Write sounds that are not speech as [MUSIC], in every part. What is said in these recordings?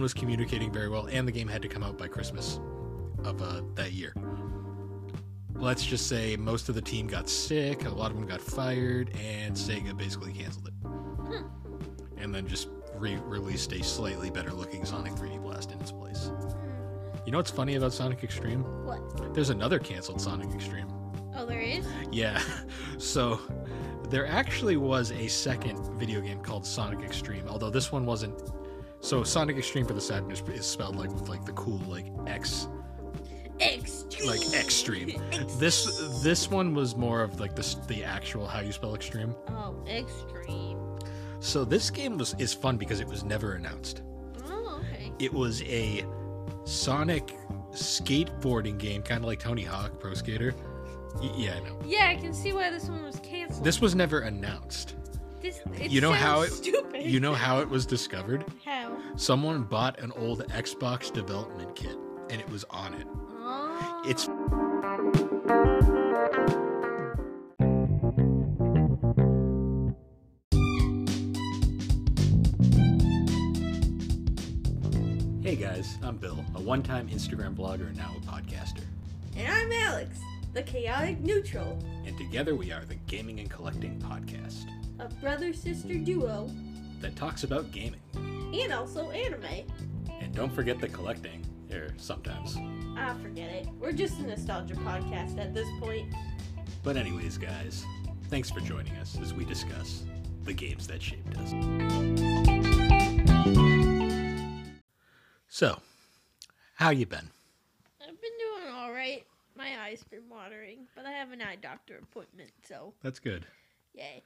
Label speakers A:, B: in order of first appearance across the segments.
A: was communicating very well, and the game had to come out by Christmas of uh, that year. Let's just say most of the team got sick, a lot of them got fired, and Sega basically canceled it. And then just re released a slightly better looking Sonic 3D Blast in its place. You know what's funny about Sonic Extreme?
B: What?
A: There's another canceled Sonic Extreme.
B: Oh, there is?
A: Yeah. [LAUGHS] So there actually was a second video game called Sonic Extreme, although this one wasn't. So Sonic Extreme for the Saturn is, is spelled like with like the cool like X
B: Extreme.
A: like
B: [LAUGHS]
A: extreme. This this one was more of like the s- the actual how you spell extreme.
B: Oh, extreme.
A: So this game was is fun because it was never announced.
B: Oh, okay.
A: It was a Sonic skateboarding game, kind of like Tony Hawk Pro Skater. Y- yeah, I know.
B: Yeah, I can see why this one was canceled.
A: This was never announced.
B: This, it
A: you know
B: sounds
A: how it-
B: stupid.
A: You know how it was discovered?
B: how?
A: Someone bought an old Xbox development kit and it was on it.
B: Oh.
A: It's Hey guys, I'm Bill, a one-time Instagram blogger and now a podcaster.
B: And I'm Alex, the chaotic neutral,
A: And together we are the Gaming and Collecting podcast
B: a brother sister duo,
A: that talks about gaming.
B: and also anime.
A: And don't forget the collecting, or sometimes.
B: Ah, forget it. We're just a nostalgia podcast at this point.
A: But, anyways, guys, thanks for joining us as we discuss the games that shaped us. So, how you been?
B: I've been doing all right. My eyes been watering, but I have an eye doctor appointment, so
A: That's good.
B: yay.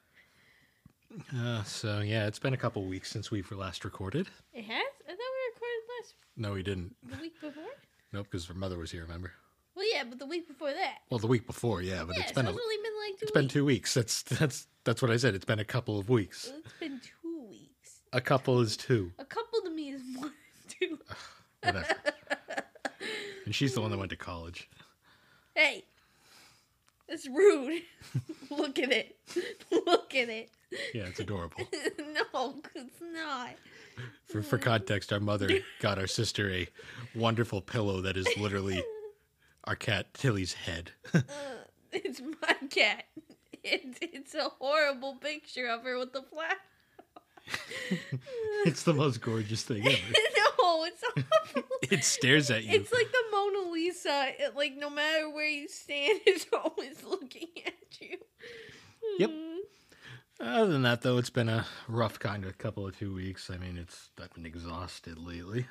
A: Uh, so yeah, it's been a couple weeks since we've last recorded.
B: It has? I thought we
A: No, we didn't.
B: recorded last the week before.
A: Nope, because her mother was here. Remember?
B: Well, yeah, but the week before that.
A: Well, the week before, yeah, but
B: yeah,
A: it's been
B: so
A: a,
B: it's only been like 2
A: it's
B: weeks.
A: been two weeks. That's that's that's what I said. It's been a couple of weeks.
B: It's been two weeks.
A: A couple is two.
B: A couple to me is [LAUGHS] more than two.
A: Whatever. and she's the one that went to college.
B: Hey, it's rude. [LAUGHS] Look at it. [LAUGHS] Look at it. [LAUGHS]
A: Yeah, it's adorable.
B: no, it's not.
A: For, for context, our mother got our sister a wonderful pillow that is literally our cat Tilly's head. [LAUGHS]
B: Uh, it's my cat. [LAUGHS] It's it's a horrible picture of her with the flag. [LAUGHS]
A: [LAUGHS] it's the most gorgeous thing ever.
B: no, it's awful.
A: [LAUGHS] It stares at you.
B: It's like the Mona Lisa. It, like no matter where you stand, [LAUGHS] it's always looking at you.
A: Yep.
B: Mm.
A: Other than that, though, it's been a rough kind of couple of two weeks. I mean, it's I've been exhausted lately.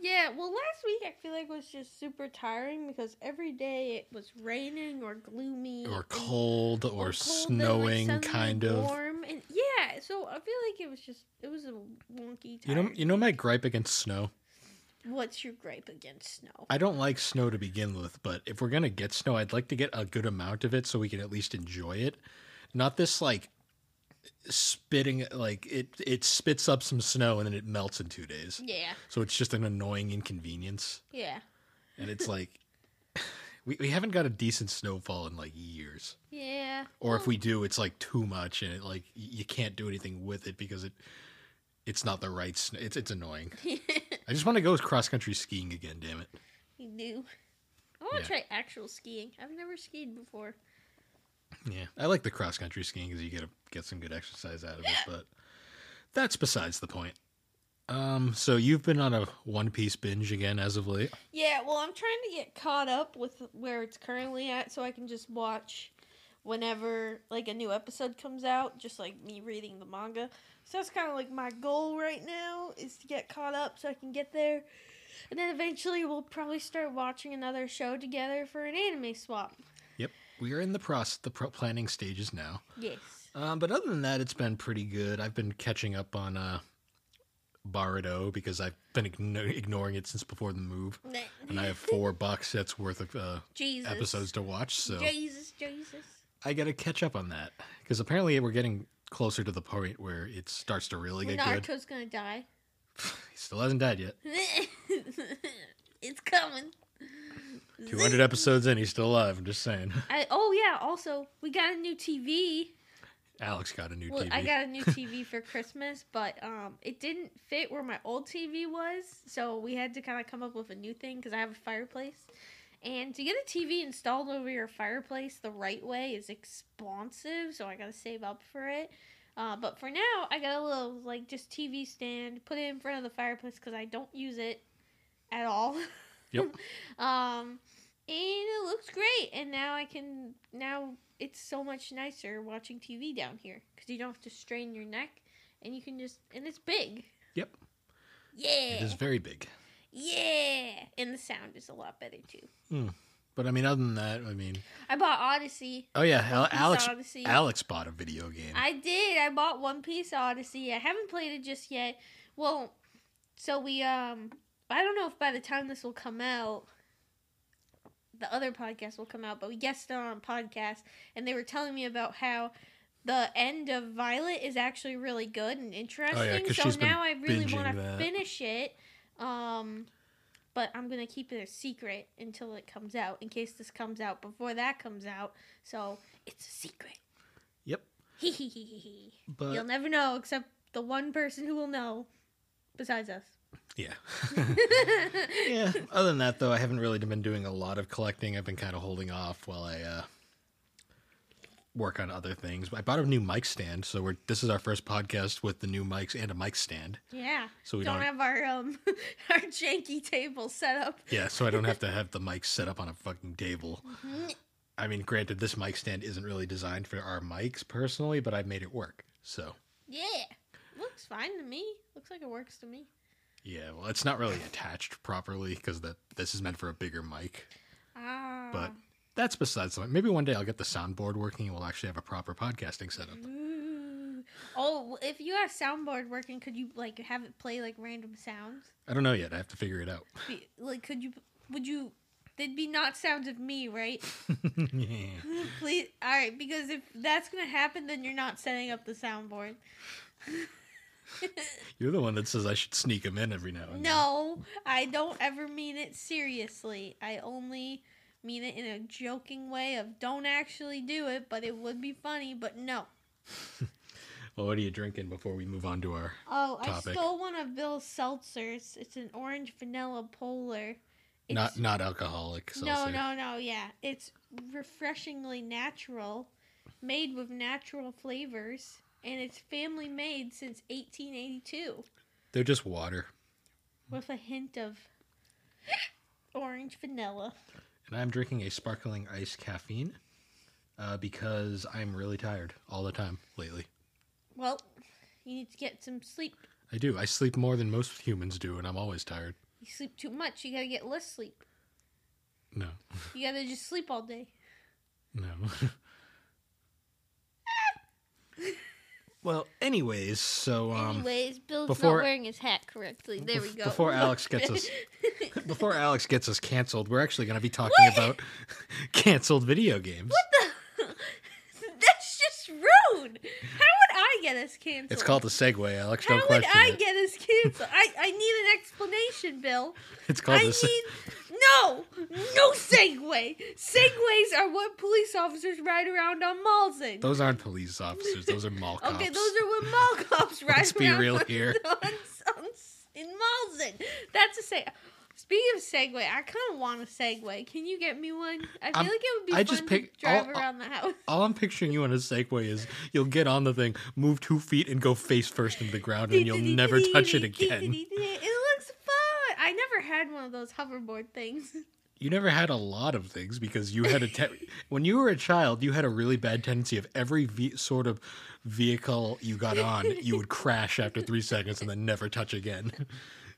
B: Yeah, well, last week I feel like was just super tiring because every day it was raining or gloomy
A: Or
B: and-
A: cold, or,
B: cold, then, like,
A: snowing,
B: suddenly
A: kind of.
B: warm and yeah. So I feel like it was just it was a wonky
A: You
B: time.
A: know, you know my gripe against snow.
B: What's your gripe against snow?
A: I don't like snow to begin with, but if we're gonna get snow, I'd like to get a good amount of it so we can at least enjoy it. Not this like spitting like it it spits up some snow and then it melts in two days.
B: yeah,
A: So it's just an annoying inconvenience.
B: yeah,
A: And it's like [SIGHS] we, we haven't got a decent snowfall in like years.
B: yeah.
A: Or if
B: Well, [LAUGHS]
A: we do, it's like too much and it like y- you can't do anything with it because it it's not the right snow. It's it's annoying. I just want to go cross country skiing again, damn it.
B: we do. I want to
A: Yeah.
B: try actual skiing. I've never skied before.
A: Yeah, I like the cross country skiing because you get a, get some good exercise out of it, but that's besides the point. Um, so you've been on a One Piece binge again as of late.
B: Yeah, well, I'm trying to get caught up with where it's currently at so I can just watch whenever like a new episode comes out, just like me reading the manga. So that's kind of like my goal right now is to get caught up so I can get there. And then eventually we'll probably start watching another show together for an anime swap.
A: We are in the process, the pro- planning stages now.
B: [LAUGHS] Yes.
A: Um, but other than that, it's been pretty good. I've been catching up on uh, Baruto because I've been igno- ignoring it since before the move, and I have four box sets worth of uh,
B: Jesus.
A: episodes to watch. So
B: Jesus, Jesus.
A: I got to catch up on that because apparently we're getting closer to the point where it starts to really
B: When
A: get good.
B: Naruto's gonna die. [LAUGHS]
A: He still hasn't died yet.
B: it's coming.
A: 200 episodes in, he's still alive. I'm just saying.
B: I, oh yeah. Also, we got a new TV.
A: [LAUGHS] Alex got a new
B: Well,
A: TV.
B: I got a new TV for Christmas, but um, it didn't fit where my old TV was, so we had to kind of come up with a new thing because I have a fireplace. And to get a TV installed over your fireplace the right way is expensive, so I gotta save up for it. Uh, but for now, I got a little like just TV stand, put it in front of the fireplace because I don't use it at all. [LAUGHS]
A: Yep.
B: um, and it looks great, and now I can now it's so much nicer watching TV down here because you don't have to strain your neck, and you can just and it's big.
A: Yep. It
B: Yeah,
A: is very big.
B: yeah, and the sound is a lot better too.
A: But I mean, other than that, I mean,
B: I bought Odyssey.
A: oh yeah, Al-
B: One Piece
A: Alex
B: Odyssey.
A: Alex bought a video game.
B: I did. I bought One Piece Odyssey. I haven't played it just yet. Well, so we um I don't know if by the time this will come out the other podcast will come out, but we guessed it on a podcast and they were telling me about how the end of Violet is actually really good and interesting.
A: Oh, 'cause
B: so
A: she's been
B: now I really want
A: binging
B: to
A: that.
B: finish it. Um but I'm gonna keep it a secret until it comes out, in case this comes out before that comes out. So it's a secret. [LAUGHS]
A: yep.
B: Hee hee hee hee hee.
A: But
B: You'll never know except the one person who will know besides us. [LAUGHS]
A: yeah. [LAUGHS] yeah. Other than that, though, I haven't really been doing a lot of collecting. I've been kind of holding off while I uh, work on other things. I bought a new mic stand, so we're this is our first podcast with the new mics and a mic stand.
B: yeah.
A: So we
B: don't,
A: don't,
B: have our um [LAUGHS] our janky table set
A: [LAUGHS]
B: up.
A: yeah, so I don't have to have the mic set up on a fucking table. I mean, granted, this mic stand isn't really designed for our mics personally, but I've made it work. So
B: Yeah. Looks fine to me. Looks like it works to me.
A: yeah, well, it's not really attached properly because that this is meant for a bigger mic.
B: Ah.
A: But that's besides the point. Maybe one day I'll get the soundboard working and we'll actually have a proper podcasting setup.
B: Mm. Ooh. Oh, if you have soundboard working, could you like have it play like random sounds?
A: I don't know yet. I have to figure it out. [LAUGHS]
B: Be, like, could you? Would you? There'd be not sounds of me, right? [LAUGHS]
A: Yeah.
B: Please, all right, because if that's gonna happen, then you're not setting up the soundboard.
A: You're the one that says I should sneak them in every now and then.
B: No, I don't ever mean it seriously. I only mean it in a joking way of don't actually do it, but it would be funny, but no.
A: Well, what are you drinking before we move on to our?
B: Oh, I
A: Topic.
B: stole one of Bill's seltzers. It's an orange vanilla polar. It's,
A: Not not alcoholic.
B: no,
A: Seltzer.
B: no, no, yeah. It's refreshingly natural, made with natural flavors, and it's family made since 1882
A: They're just water.
B: with a hint of orange vanilla.
A: and I'm drinking a sparkling ice caffeine uh, because I'm really tired all the time lately.
B: Well, you need to get some sleep.
A: I do. I sleep more than most humans do, and I'm always tired.
B: You sleep too much, you gotta get less sleep.
A: No,
B: You gotta just sleep all day.
A: no. [LAUGHS] well, anyways, so um,
B: Anyways, Bill's
A: before-
B: not wearing his hat correctly. There we
A: bef-
B: go.
A: before
B: Look.
A: Alex gets us- before Alex gets us canceled, we're actually going to be talking about [LAUGHS] canceled video games.
B: [LAUGHS] That's just rude. How would I get us canceled?
A: It's called a segue, Alex.
B: How
A: don't
B: would
A: question
B: I
A: it.
B: get us canceled? I, I need an explanation, Bill.
A: It's called
B: I
A: a se-
B: need no, no segue. Segways are what police officers ride around on malls in.
A: Those aren't police officers. Those are mall cops.
B: Okay, those are what mall [LAUGHS] cops ride
A: Let's be
B: around
A: real
B: on-
A: here.
B: [LAUGHS] on- on- in malls. In. That's a say. Speaking of Segway, I kind of want a Segway. Can you get me one? I feel
A: I'm-
B: like it would be
A: I
B: fun
A: just
B: to
A: pick-
B: drive
A: I'll- I'll-
B: around
A: [LAUGHS]
B: the house.
A: All uh, I'm picturing you on a Segway is you'll get on the thing, move two feet, and go face first into the ground, and you'll never touch
B: [LAUGHS]
A: it again.
B: It looks fun. I never had one of those hoverboard things.
A: You never had a lot of things because you had a te- [LAUGHS] when you were a child, you had a really bad tendency of every ve- sort of vehicle you got on, you would crash after three seconds and then never touch again.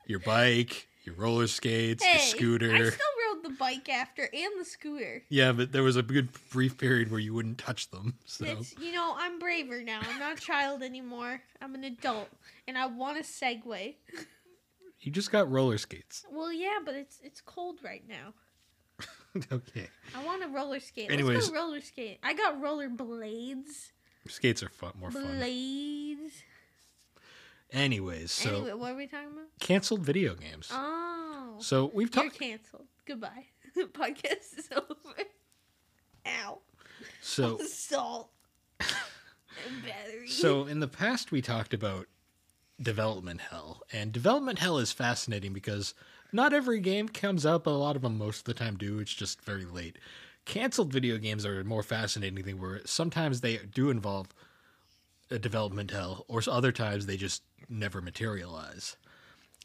A: Your bike, your roller skates,
B: [LAUGHS] Hey,
A: your scooter.
B: I still rode the bike after and the scooter.
A: yeah, but there was a good brief period where you wouldn't touch them. So
B: It's, you know, I'm braver now. I'm not a child anymore. I'm an adult, and I want a Segway.
A: you just got roller skates. [LAUGHS]
B: Well, yeah, but it's it's cold right now.
A: okay,
B: I want a roller skate. Let's
A: Anyways.
B: go roller skate. I got roller blades.
A: skates are fun, more fun.
B: Blades.
A: Anyways, so
B: anyway, what are we talking about?
A: canceled video games.
B: Oh,
A: So we've
B: you're
A: talked.
B: canceled. Goodbye. [LAUGHS] The podcast is over. Ow. [LAUGHS]
A: So [LAUGHS]
B: Salt.
A: so in the past we talked about development hell and development hell is fascinating because not every game comes up but a lot of them most of the time do it's just very late canceled video games are a more fascinating thing where sometimes they do involve a development hell or other times they just never materialize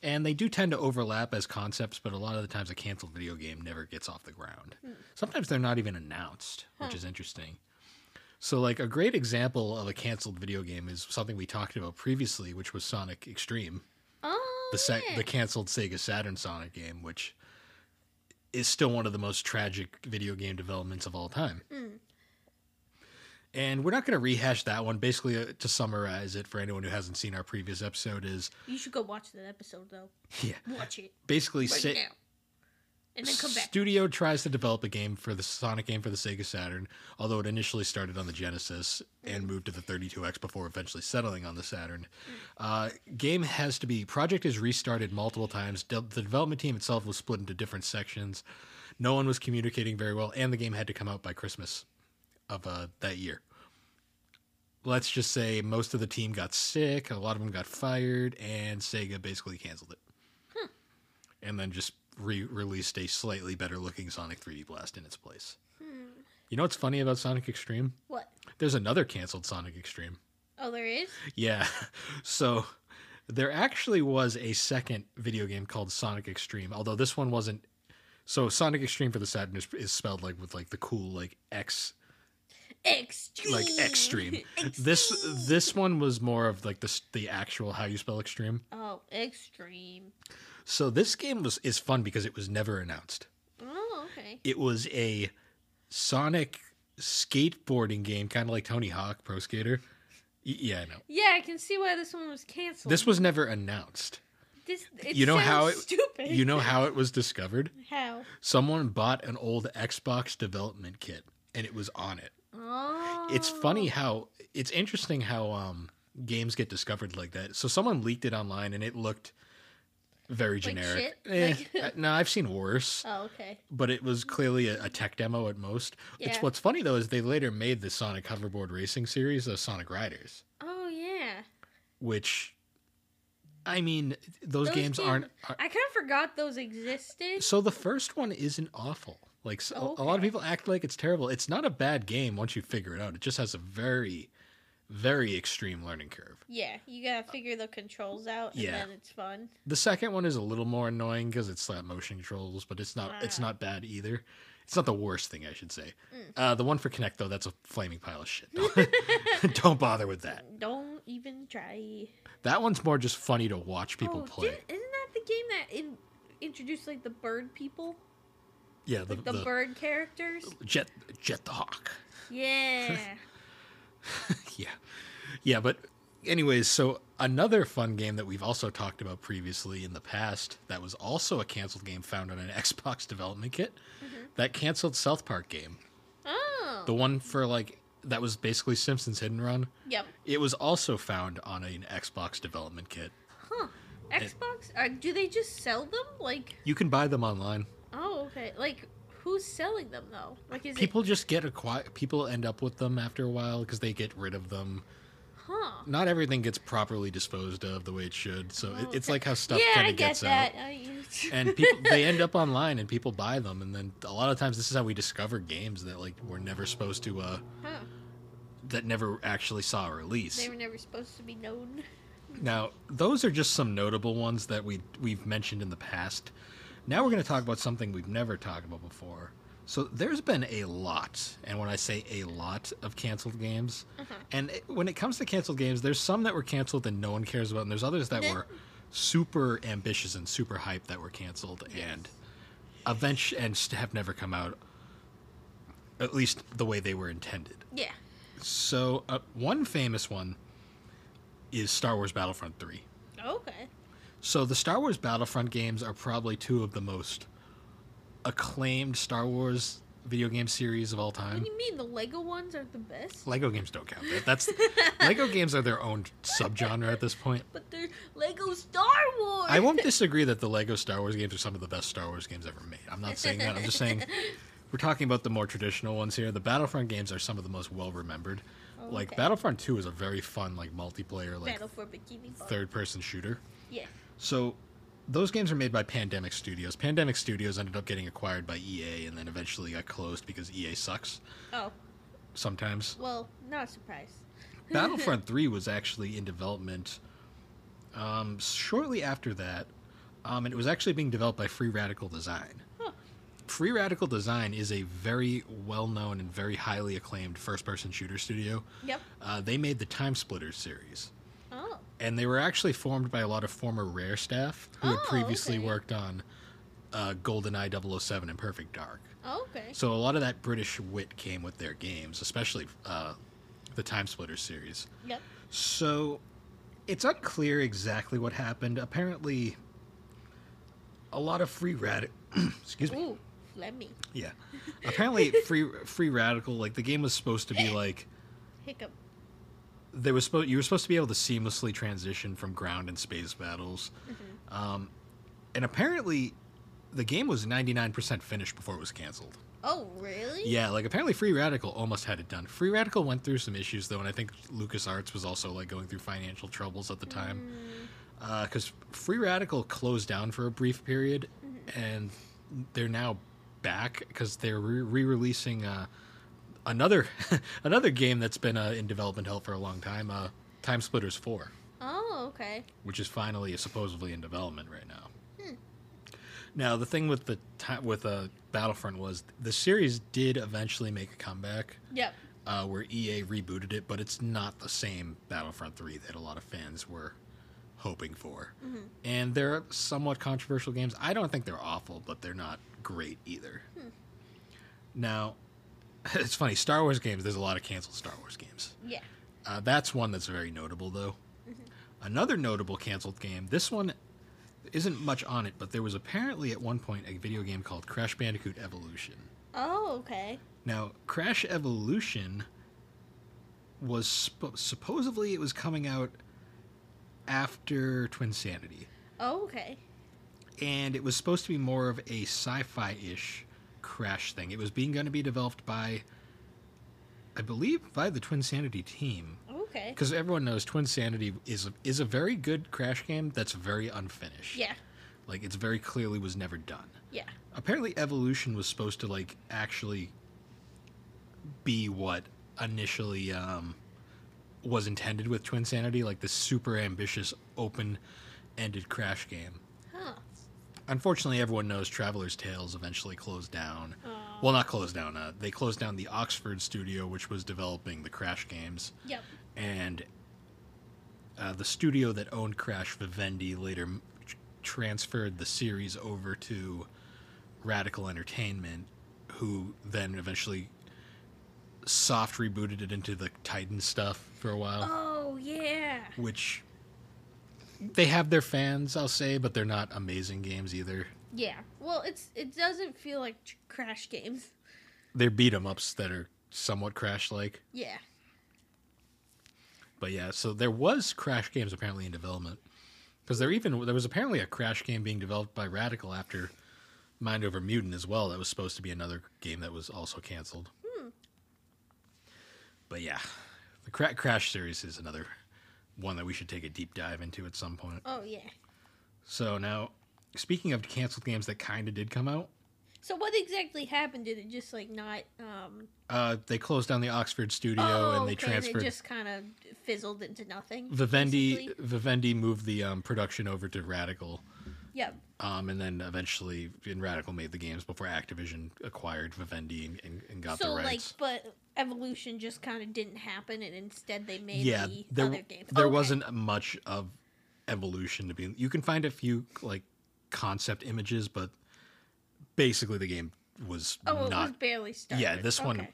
A: and they do tend to overlap as concepts but a lot of the times a canceled video game never gets off the ground sometimes they're not even announced which is interesting so, like a great example of a canceled video game is something we talked about previously, which was Sonic Extreme,
B: Oh,
A: the se-
B: yeah.
A: the canceled Sega Saturn Sonic game, which is still one of the most tragic video game developments of all time.
B: Hmm.
A: And we're not going to rehash that one. Basically, uh, to summarize it for anyone who hasn't seen our previous episode, is [LAUGHS]
B: you should go watch that episode though.
A: yeah,
B: Watch it
A: basically
B: right
A: Sa-
B: now, and then come back.
A: Studio tries to develop a game for the Sonic game for the Sega Saturn, although it initially started on the Genesis
B: Mm.
A: and moved to the 32X before eventually settling on the Saturn. Uh, game has to be project is restarted multiple times. De- the development team itself was split into different sections. No one was communicating very well, and the game had to come out by Christmas of uh, that year. Let's just say most of the team got sick, a lot of them got fired, and Sega basically canceled it and then just re-released a slightly better looking Sonic 3D Blast in its place. You know what's funny about Sonic Extreme?
B: Hmm. What?
A: There's another canceled Sonic Extreme. [LAUGHS]
B: Oh, there is.
A: Yeah. So there actually was a second video game called Sonic Extreme, although this one wasn't so Sonic Extreme for the Saturn is, is spelled like with like the cool like X
B: Extreme. [LAUGHS]
A: like extreme. This
B: Extreme.
A: this one was more of like the s- the actual how you spell extreme.
B: Oh, extreme.
A: So this game was is fun because it was never announced.
B: Oh, okay.
A: it was a Sonic skateboarding game, kind of like Tony Hawk Pro Skater. Y- Yeah, I know.
B: Yeah, I can see why this one was canceled.
A: This was never announced.
B: This, it
A: you know
B: sounds [LAUGHS]
A: how it-
B: stupid.
A: You know how it was discovered?
B: how.
A: Someone bought an old Xbox development kit and it was on it.
B: Oh.
A: It's funny how it's interesting how um games get discovered like that. So someone leaked it online and it looked very generic.
B: shit?
A: Eh,
B: [LAUGHS] Like-
A: no, I've seen worse.
B: Oh, okay.
A: but it was clearly a, a tech demo at most. It's
B: Yeah.
A: what's funny though is they later made the Sonic hoverboard racing series the Sonic Riders,
B: Oh yeah.
A: which I mean those,
B: Those
A: games
B: games-
A: aren't, are-
B: I kind of forgot those existed.
A: so the first one isn't awful. Like so, a lot of
B: Okay.
A: people act like it's terrible. It's not a bad game once you figure it out. It just has a very very extreme learning curve.
B: Yeah, you gotta figure the controls out, and
A: Yeah.
B: then it's fun.
A: The second one is a little more annoying because it's slap motion controls, but it's not it's
B: Ah.
A: not bad either. It's not the worst thing I should say.
B: Mm.
A: Uh, the one for Connect though, that's a flaming pile of
B: [LAUGHS]
A: shit. Don't, [LAUGHS] don't bother with that.
B: Don't even try.
A: That one's more just funny to watch people
B: oh,
A: play.
B: didn't- isn't that the game that in, introduced like the bird people,
A: yeah, the,
B: like the,
A: the
B: bird
A: [LAUGHS]
B: characters?
A: jet jet the hawk.
B: Yeah.
A: yeah, yeah. But anyways, so another fun game that we've also talked about previously in the past that was also a canceled game found on an [LAUGHS] Xbox development kit.
B: Mm-hmm.
A: That canceled South Park game.
B: oh.
A: The one for like that was basically Simpsons Hit and Run.
B: yep.
A: It was also found on an Xbox development kit.
B: Huh. Xbox? Uh, do they just sell them? Like,
A: You can buy them online.
B: oh, okay. Like, who's selling them though? Like, is
A: People just get acquired. People end up with them after a while because they get rid of them.
B: it? Huh.
A: Not everything gets properly disposed of the way it should. So it, it's like how stuff
B: Oh, yeah,
A: kind
B: I
A: of
B: get
A: gets
B: that.
A: out.
B: I- [LAUGHS]
A: And people they end up online and people buy them. And then a lot of times this is how we discover games that like were never supposed to uh
B: huh.
A: that never actually saw a release.
B: They were never supposed to be known.
A: Now, those are just some notable ones that we we've mentioned in the past. Now we're going to talk about something we've never talked about before. So there's been a lot, and when I say a lot of canceled games, and it- when it comes to canceled games, there's some that were canceled and no one cares about, and there's others that
B: Yeah.
A: were super ambitious and super hype that were canceled and event and st- have never come out at least the way they were intended.
B: Yeah.
A: So uh, one famous one is Star Wars Battlefront 3.
B: Okay.
A: So the Star Wars Battlefront games are probably two of the most acclaimed Star Wars video game series of all
B: What
A: time.
B: do you mean the Lego ones are the best?
A: Lego games don't count. That- That's Lego games are their own subgenre at this point.
B: But they're Lego Star Wars.
A: I won't disagree that the Lego Star Wars games are some of the best Star Wars games ever made. I'm not saying that. I'm just saying we're talking about the more traditional ones here. The Battlefront games are some of the most well remembered. Like
B: Okay.
A: Battlefront 2 is a very fun like multiplayer like
B: [LAUGHS] Battle for Bikini Bottom.
A: third person shooter.
B: Yeah.
A: So those games are made by Pandemic Studios. Pandemic Studios ended up getting acquired by EA and then eventually got closed because EA sucks
B: Oh, [LAUGHS]
A: sometimes.
B: well, not a surprise.
A: Battlefront 3 was actually in development um, shortly after that, um, and it was actually being developed by Free Radical Design.
B: Huh.
A: Free Radical Design is a very well known and very highly acclaimed first person shooter studio.
B: Yep.
A: Uh, they made the Time Splitters series,
B: Oh.
A: and they were actually formed by a lot of former Rare staff who had
B: Oh,
A: previously
B: okay.
A: worked on uh, GoldenEye 007 and Perfect Dark.
B: Okay.
A: So a lot of that British wit came with their games, especially uh, the Time Splitters series.
B: Yep.
A: So it's unclear exactly what happened. Apparently, a lot of free rad. [CLEARS THROAT] excuse me.
B: Ooh, let me
A: Yeah. Apparently, free free radical. Like the game was supposed to
B: [LAUGHS]
A: be like
B: hiccup.
A: there was supposed you were supposed to be able to seamlessly transition from ground and space battles, um, and apparently, the game was ninety nine percent finished before it was canceled.
B: Oh, really?
A: Yeah, like apparently Free Radical almost had it done. Free Radical went through some issues though, and I think LucasArts was also like going through financial troubles at the time. Because Free Radical closed down for a brief period, and they're now back because they're re releasing uh, another [LAUGHS] another game that's been uh, in development hell for a long time uh, Time Splitters 4
B: Oh, okay.
A: which is finally supposedly in development right now. Now, the thing with the ti with uh, Battlefront was the series did eventually make a comeback
B: Yep.
A: uh, where EA rebooted it, but it's not the same Battlefront 3 that a lot of fans were hoping for. And they're somewhat controversial games. I don't think they're awful, but they're not great either. Now, [LAUGHS] it's funny, Star Wars games, there's a lot of canceled Star Wars games.
B: Yeah.
A: Uh, that's one that's very notable, though. Another notable canceled game. This one isn't much on it, but there was apparently at one point a video game called Crash Bandicoot Evolution.
B: Oh, okay.
A: Now, Crash Evolution was sp- supposedly it was coming out after Twin Sanity,
B: Oh, okay.
A: and it was supposed to be more of a sci-fi-ish Crash thing. It was being going to be developed by, I believe, by the Twin Sanity team,
B: Okay.
A: because everyone knows Twin Sanity is a, is a very good Crash game that's very unfinished.
B: Yeah.
A: like it's very clearly was never done.
B: Yeah.
A: Apparently, Evolution was supposed to like actually be what initially um, was intended with Twin Sanity, like this super ambitious, open-ended Crash game.
B: Huh.
A: Unfortunately, everyone knows Traveler's Tales eventually closed down.
B: Aw.
A: Well, not closed down. Uh, they closed down the Oxford studio, which was developing the Crash games
B: Yep.
A: and uh, the studio that owned Crash Vivendi later m- tr- transferred the series over to Radical Entertainment, who then eventually soft rebooted it into the Titan stuff for a while,
B: Oh, yeah.
A: which they have their fans, I'll say, but they're not amazing games either.
B: Yeah. Well, it's it doesn't feel like tr- crash games.
A: They're beat 'em ups that are somewhat Crash like.
B: Yeah.
A: But yeah, so there was Crash games apparently in development because there even there was apparently a Crash game being developed by Radical after Mind Over Mutant as well. That was supposed to be another game that was also canceled.
B: Hmm.
A: But yeah, the Cra- Crash series is another one that we should take a deep dive into at some point.
B: Oh, yeah.
A: So now, speaking of canceled games that kind of did come out,
B: So what exactly happened? Did it just like not um
A: uh, they closed down the Oxford studio
B: oh,
A: and they
B: okay,
A: transferred.
B: it just kind of fizzled into nothing.
A: Vivendi
B: basically?
A: Vivendi moved the um, production over to Radical.
B: Yep.
A: Um, and then eventually, in Radical made the games before Activision acquired Vivendi and, and, and got
B: So
A: the
B: like
A: rights.
B: but evolution just kind of didn't happen and instead they made
A: yeah,
B: the
A: there
B: other games.
A: there
B: Okay.
A: wasn't much of evolution to be. You can find a few like concept images, but basically the game was
B: Oh, it
A: not.
B: was barely started.
A: yeah, this one.
B: Okay.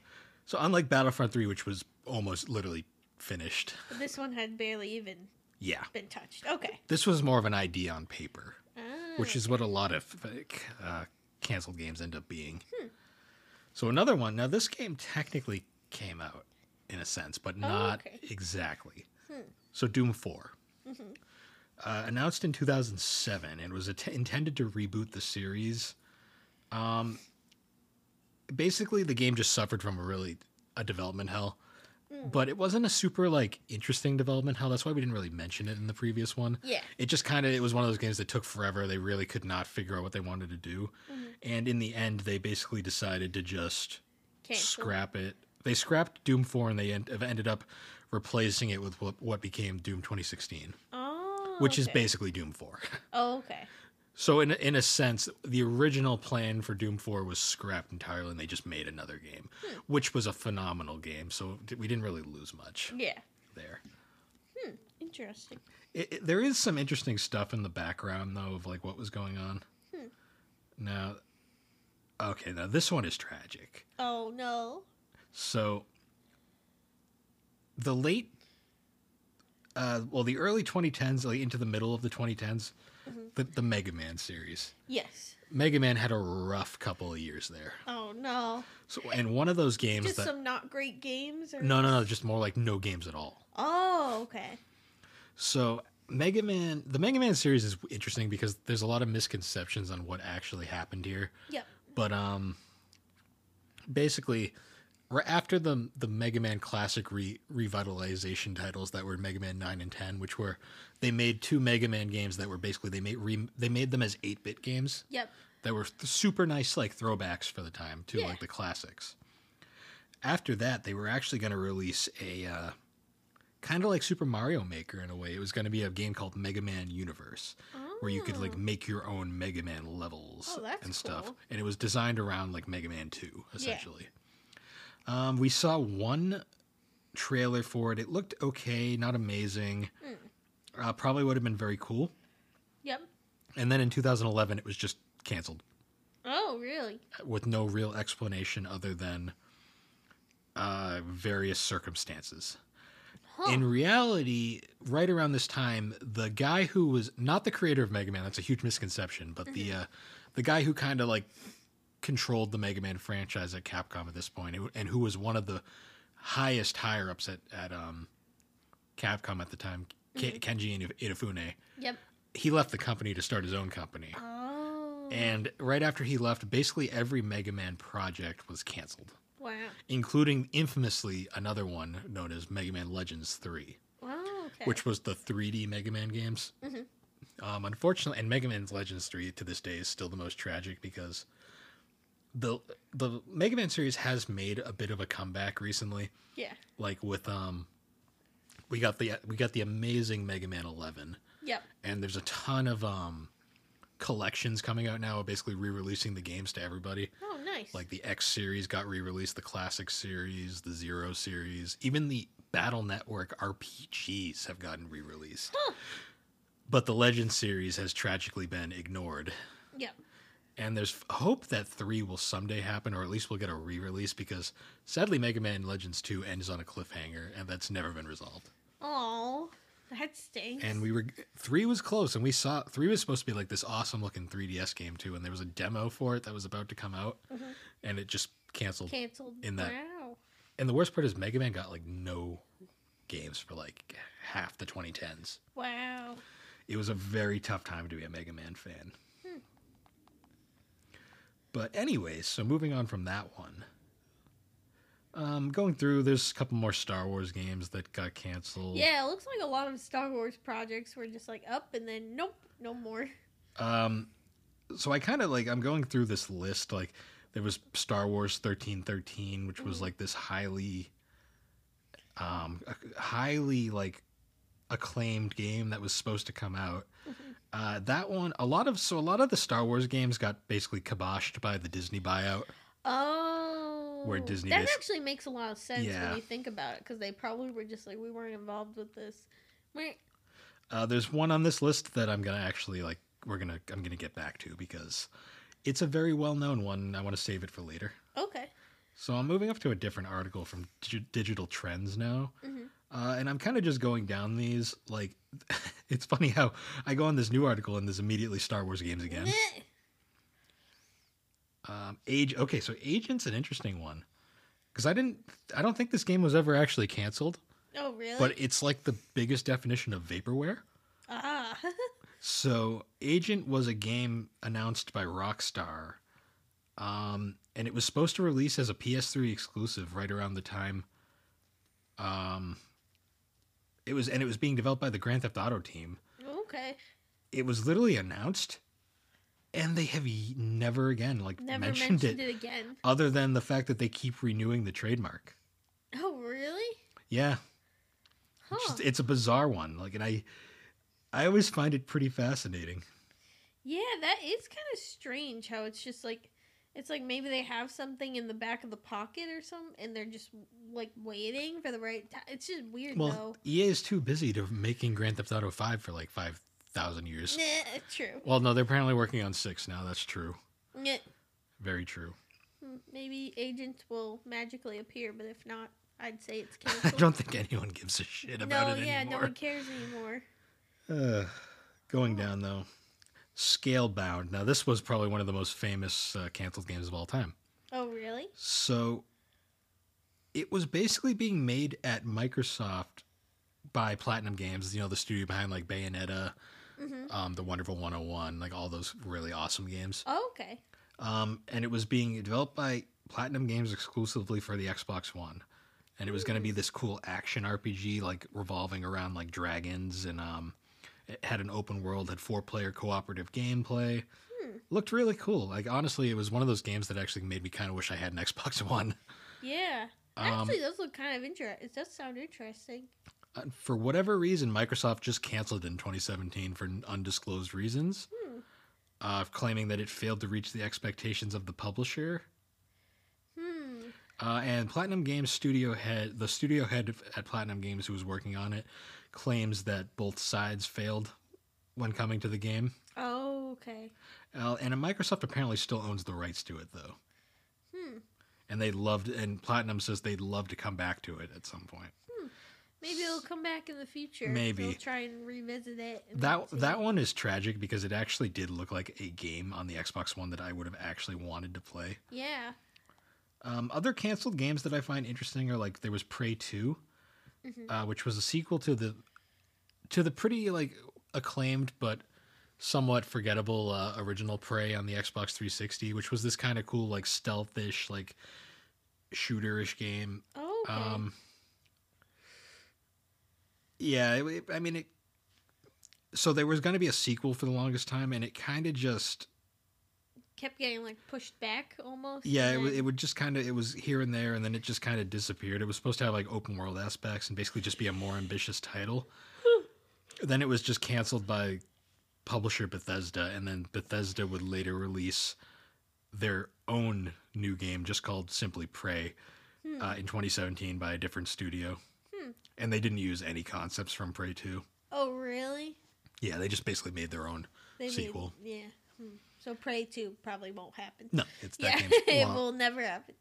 A: So unlike Battlefront Three, which was almost literally finished.
B: This one had barely even
A: Yeah,
B: been touched. Okay.
A: this was more of an idea on paper.
B: Ah,
A: which is what a lot of like, uh, canceled games end up being.
B: Hmm.
A: So another one. Now this game technically came out in a sense, but not
B: Oh, okay. Hmm. Mm-hmm.
A: exactly. So Doom 4 uh, announced in 2007, and was att- intended to reboot the series. Um, basically, the game just suffered from a really a development hell.
B: Mm.
A: but it wasn't a super like interesting development hell. That's why we didn't really mention it in the previous one.
B: Yeah.
A: It just kind of it was one of those games that took forever. They really could not figure out what they wanted to do,
B: Mhm.
A: and in the end, they basically decided to just
B: Cancel.
A: scrap it. They scrapped Doom 4 and they end, have ended up replacing it with what, what became Doom 2016,
B: Oh.
A: which is
B: okay.
A: basically Doom 4.
B: Oh, okay.
A: [LAUGHS] So in a- in a sense, the original plan for Doom 4 was scrapped entirely and they just made another game,
B: Hmm.
A: which was a phenomenal game. So d- we didn't really lose much
B: Yeah.
A: there.
B: Interesting.
A: It, it- there is some interesting stuff in the background though of like what was going on.
B: Hmm.
A: Now Okay, now this one is tragic.
B: Oh no.
A: So the late uh, well the early 2010s like into the middle of the 2010s
B: Mhm.
A: the, the Mega Man series.
B: Yes.
A: Mega Man had a rough couple of years there.
B: Oh no.
A: So and one of those games
B: Just
A: that
B: some not great games. Or...
A: no no no just more like no games at all.
B: Oh okay.
A: So Mega Man the Mega Man series is interesting because there's a lot of misconceptions on what actually happened here.
B: Yep.
A: But um, basically, right after the the Mega Man Classic re- revitalization titles that were Mega Man Nine and Ten, which were they made two Mega Man games that were basically they made re- they made them as eight bit games
B: Yep.
A: that were th- super nice like throwbacks for the time to
B: Yeah.
A: like the classics. After that, they were actually going to release a uh, kind of like Super Mario Maker in a way. It was going to be a game called Mega Man Universe where you could like
B: Oh.
A: make your own Mega Man levels
B: Oh, that's
A: and stuff.
B: cool.
A: And it was designed around like Mega Man 2, essentially. Um, we saw one trailer for it. It looked okay, not amazing.
B: Mm.
A: Uh, probably would have been very cool.
B: Yep.
A: And then in 2011, it was just canceled
B: Oh really?
A: with no real explanation other than uh, various circumstances.
B: Huh.
A: In reality, right around this time, the guy who was not the creator of Mega Man, that's a huge misconception, but the uh, the guy who kind of like controlled the Mega Man franchise at Capcom at this point, who- and who was one of the highest higher ups at, at um, Capcom at the time, Ke- Kenji Inaf- Inafune,
B: Yep.
A: he left the company to start his own company.
B: Oh.
A: And right after he left, basically every Mega Man project was canceled,
B: Wow.
A: including infamously another one known as Mega Man Legends 3
B: Oh okay.
A: which was the 3D Mega Man games.
B: Mhm.
A: Um, unfortunately, and Mega Man's Legends 3 to this day is still the most tragic because the the Mega Man series has made a bit of a comeback recently.
B: Yeah.
A: Like with um, we got the we got the amazing Mega Man 11,
B: Yep.
A: and there's a ton of um collections coming out now, basically re-releasing the games to everybody.
B: Oh nice.
A: Like the X series got re-released, the Classic series, the Zero series, even the Battle Network RPGs have gotten re-released.
B: Huh.
A: But the Legend series has tragically been ignored,
B: Yep.
A: and there's f- hope that 3 will someday happen or at least we'll get a re-release because sadly Mega Man Legends 2 ends on a cliffhanger and that's never been resolved.
B: Oh. That stinks.
A: And we were 3 was close and we saw 3 was supposed to be like this awesome looking 3DS game too and there was a demo for it that was about to come out
B: Mhm.
A: and it just canceled
B: canceled.
A: in that-
B: Wow.
A: And the worst part is Mega Man got like no games for like half the 2010s.
B: Wow.
A: It was a very tough time to be a Mega Man fan.
B: Hmm.
A: But anyways, so moving on from that one. Um, going through, there's a couple more Star Wars games that got canceled.
B: Yeah, it looks like a lot of Star Wars projects were just like up and then nope, no more. [LAUGHS]
A: Um, so I kind of like I'm going through this list. Like there was Star Wars 1313, which was
B: Mhm.
A: like this highly, um, ac- highly like acclaimed game that was supposed to come out.
B: Mhm.
A: Uh, that one, a lot of so a lot of the Star Wars games got basically kiboshed by the Disney buyout.
B: Oh.
A: Disney
B: That
A: bas-
B: actually makes a lot of sense
A: Yeah.
B: when you think about it because they probably were just like, we weren't involved with this. We're-
A: Uh, there's one on this list that I'm gonna actually like. We're gonna I'm gonna get back to because it's a very well known one. I want to save it for later.
B: Okay.
A: So I'm moving up to a different article from Dig- Digital Trends now,
B: Mhm.
A: uh, and I'm kind of just going down these. Like, [LAUGHS] it's funny how I go on this new article and there's immediately Star Wars games
B: [LAUGHS]
A: again.
B: Meh.
A: Um, Age, okay, so Agent's an interesting one because I didn't, I don't think this game was ever actually canceled,
B: Oh, really?
A: but it's like the biggest definition of vaporware.
B: ah. [LAUGHS]
A: So, Agent was a game announced by Rockstar, um, and it was supposed to release as a PS3 exclusive right around the time Um, it was and it was being developed by the Grand Theft Auto team.
B: Okay.
A: It was literally announced, and they have y- never again like
B: Never
A: mentioned, it,
B: it again.
A: other than the fact that they keep renewing the trademark.
B: Oh, really?
A: Yeah,
B: Huh.
A: Just- it's a bizarre one. Like, and I, I always find it pretty fascinating.
B: Yeah, that is kind of strange how it's just like it's like maybe they have something in the back of the pocket or something and they're just like waiting for the right time. It's just weird
A: Well, EA is too busy to making Grand Theft Auto Five for like five thousand
B: though.
A: years.
B: Nah, true.
A: Well, no, they're apparently working on six now. That's true.
B: Nyeh.
A: Very true. [LAUGHS]
B: Hmm, Maybe agents will magically appear, but if not, I'd say it's
A: [LAUGHS] I
B: canceled.
A: don't think anyone gives a shit about
B: no,
A: it
B: yeah, no
A: anymore.
B: one cares anymore.
A: Uh, [LAUGHS] going down though, Scalebound. Now this was probably one of the most famous uh, canceled games of all time.
B: Oh, really?
A: So it was basically being made at Microsoft by Platinum Games, you know, the studio behind like Bayonetta,
B: hmm
A: um, the Wonderful 101, like all those really awesome games.
B: Oh, okay.
A: Um, and it was being developed by Platinum Games exclusively for the Xbox One. And it was going to be this cool action RPG, like revolving around like dragons, and um, it had an open world, had four player cooperative gameplay.
B: Hmm.
A: Looked really cool. Like honestly, it was one of those games that actually made me kind of wish I had an [LAUGHS] Xbox One.
B: Yeah.
A: Um,
B: Actually, those look kind of interesting. It does sound interesting.
A: uh, for whatever reason, Microsoft just canceled it in 2017 for undisclosed reasons,
B: Hmm.
A: uh, claiming that it failed to reach the expectations of the publisher.
B: Hmm.
A: Uh, and Platinum Games studio head, the studio head at Platinum Games who was working on it, claims that both sides failed when coming to the game.
B: Oh, okay.
A: Uh, and Microsoft apparently still owns the rights to it though,
B: Hmm.
A: and they loved and Platinum says they'd love to come back to it at some point.
B: Maybe it'll come back in the future.
A: Maybe.
B: They'll try and revisit it. and
A: That
B: see.
A: that one is tragic because it actually did look like a game on the Xbox One that I would have actually wanted to play.
B: Yeah.
A: Um, other canceled games that I find interesting are like there was Prey 2
B: Mhm.
A: uh, which was a sequel to the to the pretty like acclaimed but somewhat forgettable uh, original Prey on the Xbox 360, which was this kind of cool like stealthish like shooterish game.
B: Oh. Okay.
A: Um, yeah, it- it- I mean it. So there was going to be a sequel for the longest time, and it kind of just
B: Kept getting like pushed back almost.
A: Yeah, it,
B: and
A: w-
B: then-
A: it would just kind of it was here and there, and then it just kind of disappeared. It was supposed to have like open world aspects and basically just be a more ambitious title. then it was just canceled by publisher Bethesda, and then Bethesda would later release their own new game, just called simply Prey,
B: Hmm.
A: uh, in 2017 by a different studio.
B: Hmm.
A: And they didn't use any concepts from Prey 2.
B: oh really?
A: Yeah, they just basically made their own.
B: They made-
A: Sequel.
B: yeah. Hmm. So Prey Two probably won't happen.
A: No, it's that
B: yeah,
A: game's
B: [LAUGHS] it
A: long,
B: will never happen.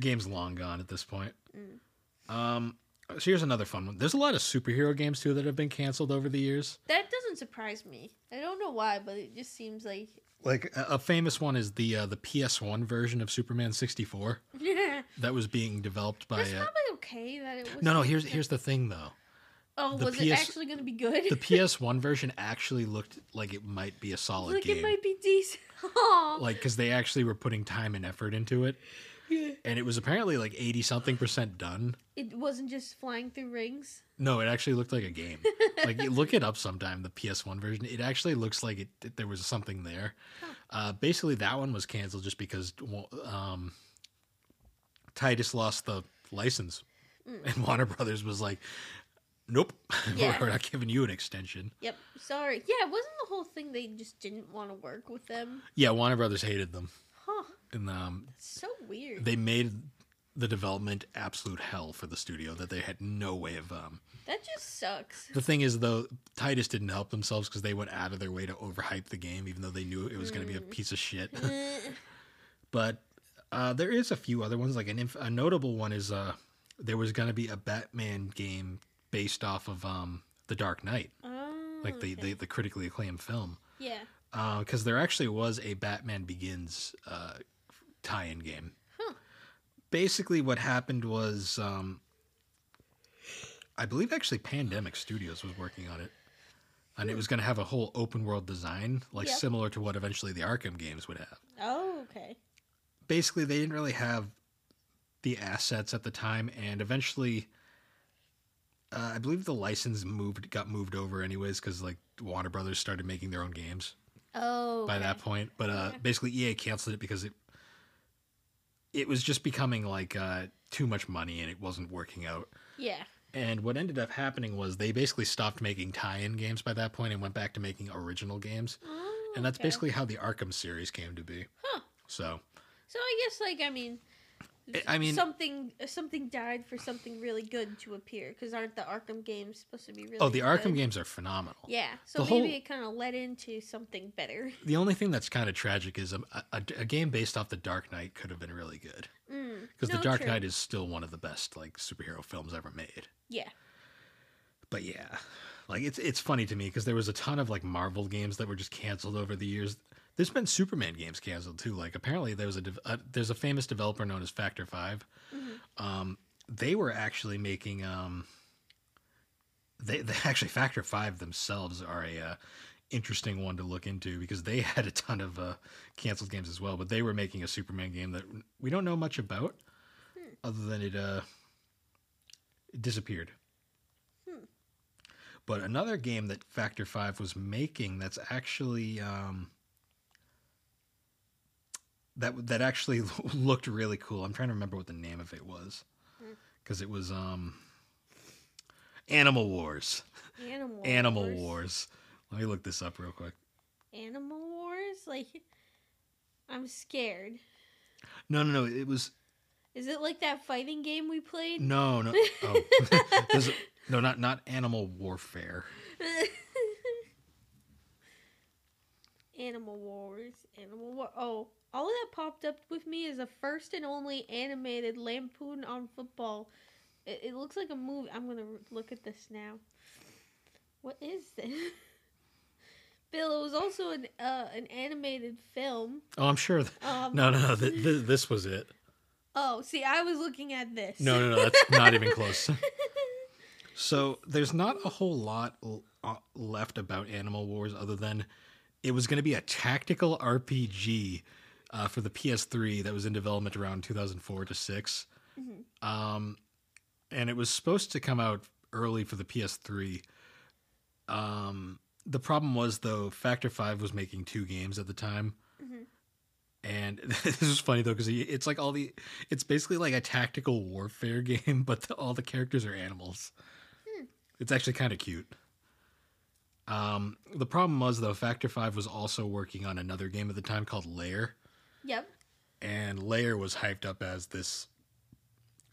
A: game's long gone at this point.
B: Mm.
A: Um, so here's another fun one. There's a lot of superhero games too that have been canceled over the years.
B: That doesn't surprise me. I don't know why, but it just seems like [LAUGHS]
A: Like a, a famous one is the uh, the PS1 version of Superman 64
B: yeah.
A: that was being developed by.
B: That's
A: Uh,
B: probably okay that it was.
A: no, no. Here's here's the thing
B: [LAUGHS]
A: though.
B: Oh,
A: the
B: was it
A: PS
B: actually going to be good? [LAUGHS]
A: The PS1 version actually looked like it might be a solid
B: like
A: game.
B: it might be [LAUGHS] decent. Aw.
A: Like because they actually were putting time and effort into it,
B: it
A: and it was apparently like eighty something percent done.
B: wasn't just flying through rings.
A: No, it actually looked like a game. like you look it up sometime, the PS1 version. It actually looks like it, that there was something there.
B: Huh.
A: Uh, basically, that one was canceled just because um, Titus lost the license,
B: Mm.
A: and Warner Brothers was like, "Nope, [LAUGHS]
B: Yeah.
A: we're not giving you an extension."
B: Yep. Sorry. Yeah, wasn't the whole thing they just didn't want to work with them?
A: Yeah, Warner Brothers hated them,
B: Huh.
A: and um,
B: That's so weird.
A: they made the development absolute hell for the studio that they had no way of um,
B: that
A: [LAUGHS]
B: just sucks.
A: The thing is, though, Titus didn't help themselves because they went out of their way to overhype the game, even though they knew it was going to be a
B: Mm.
A: piece of shit. [LAUGHS]
B: Eh,
A: but uh, there is a few other ones. Like an inf- a notable one is uh, there was going to be a Batman game based off of um, The Dark Knight,
B: oh,
A: like the,
B: okay.
A: the, the critically acclaimed film,
B: Yeah.
A: because Uh, there actually was a Batman Begins uh, tie-in game.
B: Huh.
A: Basically, what happened was, um, I believe actually Pandemic Studios was working on it, and it was going to have a whole open world design, like
B: Yeah.
A: similar to what eventually the Arkham games would have.
B: Oh, okay.
A: Basically, they didn't really have the assets at the time, and eventually, Uh, I believe the license moved got moved over anyways because like Warner Brothers started making their own games
B: Oh.
A: by that
B: okay.
A: point. But uh,
B: Yeah.
A: basically, EA canceled it because it it was just becoming like uh, too much money and it wasn't working out.
B: Yeah.
A: And what ended up happening was they basically stopped making tie-in games by that point and went back to making original games.
B: Oh,
A: And that's
B: okay.
A: basically how the Arkham series came to be.
B: Huh.
A: So
B: So I guess like I mean,
A: I- I mean-
B: something something died for something really good to appear because aren't the Arkham games supposed to be really?
A: oh, the Arkham
B: good?
A: games are phenomenal.
B: Yeah, so
A: The
B: maybe
A: whole-
B: it kind of led into something better. [LAUGHS]
A: The only thing that's kind of tragic is um, a, a, a game based off the Dark Knight could have been really good
B: Mm,
A: because
B: no,
A: the Dark
B: true.
A: Knight is still one of the best like superhero films ever made.
B: Yeah.
A: But yeah, like it's it's funny to me because there was a ton of like Marvel games that were just canceled over the years. There's been Superman games canceled too. Like apparently there was a, dev- uh there's a famous developer known as Factor Five.
B: Mhm.
A: Um, they were actually making um, they, [LAUGHS] they actually Factor Five themselves are a uh, interesting one to look into because they [LAUGHS] had a ton of uh, canceled games as well. But they were making a Superman game that we don't know much about,
B: Hmm.
A: other than it uh, it disappeared. But another game that Factor Five was making that's actually um, that that actually [LAUGHS] looked really cool. I'm trying to remember what the name of it was
B: Mm.
A: because it was um, Animal Wars.
B: Animal
A: Animal Wars. Let me look this up real quick.
B: Animal Wars? Like I'm scared.
A: No, no, no. It was
B: Is it like that fighting game we played?
A: no, no. Oh, There's a- no, not not Animal Warfare.
B: [LAUGHS] Animal Wars, Animal War. Oh, all that popped up with me is the first and only animated lampoon on football. It, it looks like a movie. I'm gonna r- look at this now. What is this? [LAUGHS] Bill, it was also an uh, an animated film.
A: Oh, I'm sure. Th-
B: Um,
A: no, no, no. Th- th- this was it.
B: Oh, see, I was looking at this.
A: No,
B: [LAUGHS]
A: no, no. That's not even close. So there's not a whole lot l- uh, left about Animal Wars other than it was going to be a tactical RPG uh, for the PS3 that was in development around 2004 to 6.
B: Mhm.
A: Um, and it was supposed to come out early for the PS3. Um, the problem was, though, Factor 5 was making two games at the time.
B: Mhm.
A: And [LAUGHS] this is funny though because it's like all the, it's basically like a tactical warfare [LAUGHS] game, but the, all the characters are animals. It's actually kind of cute. Um, the problem was though, Factor Five was also working on another game at the time called Layer,
B: Yep.
A: and Layer was hyped up as this.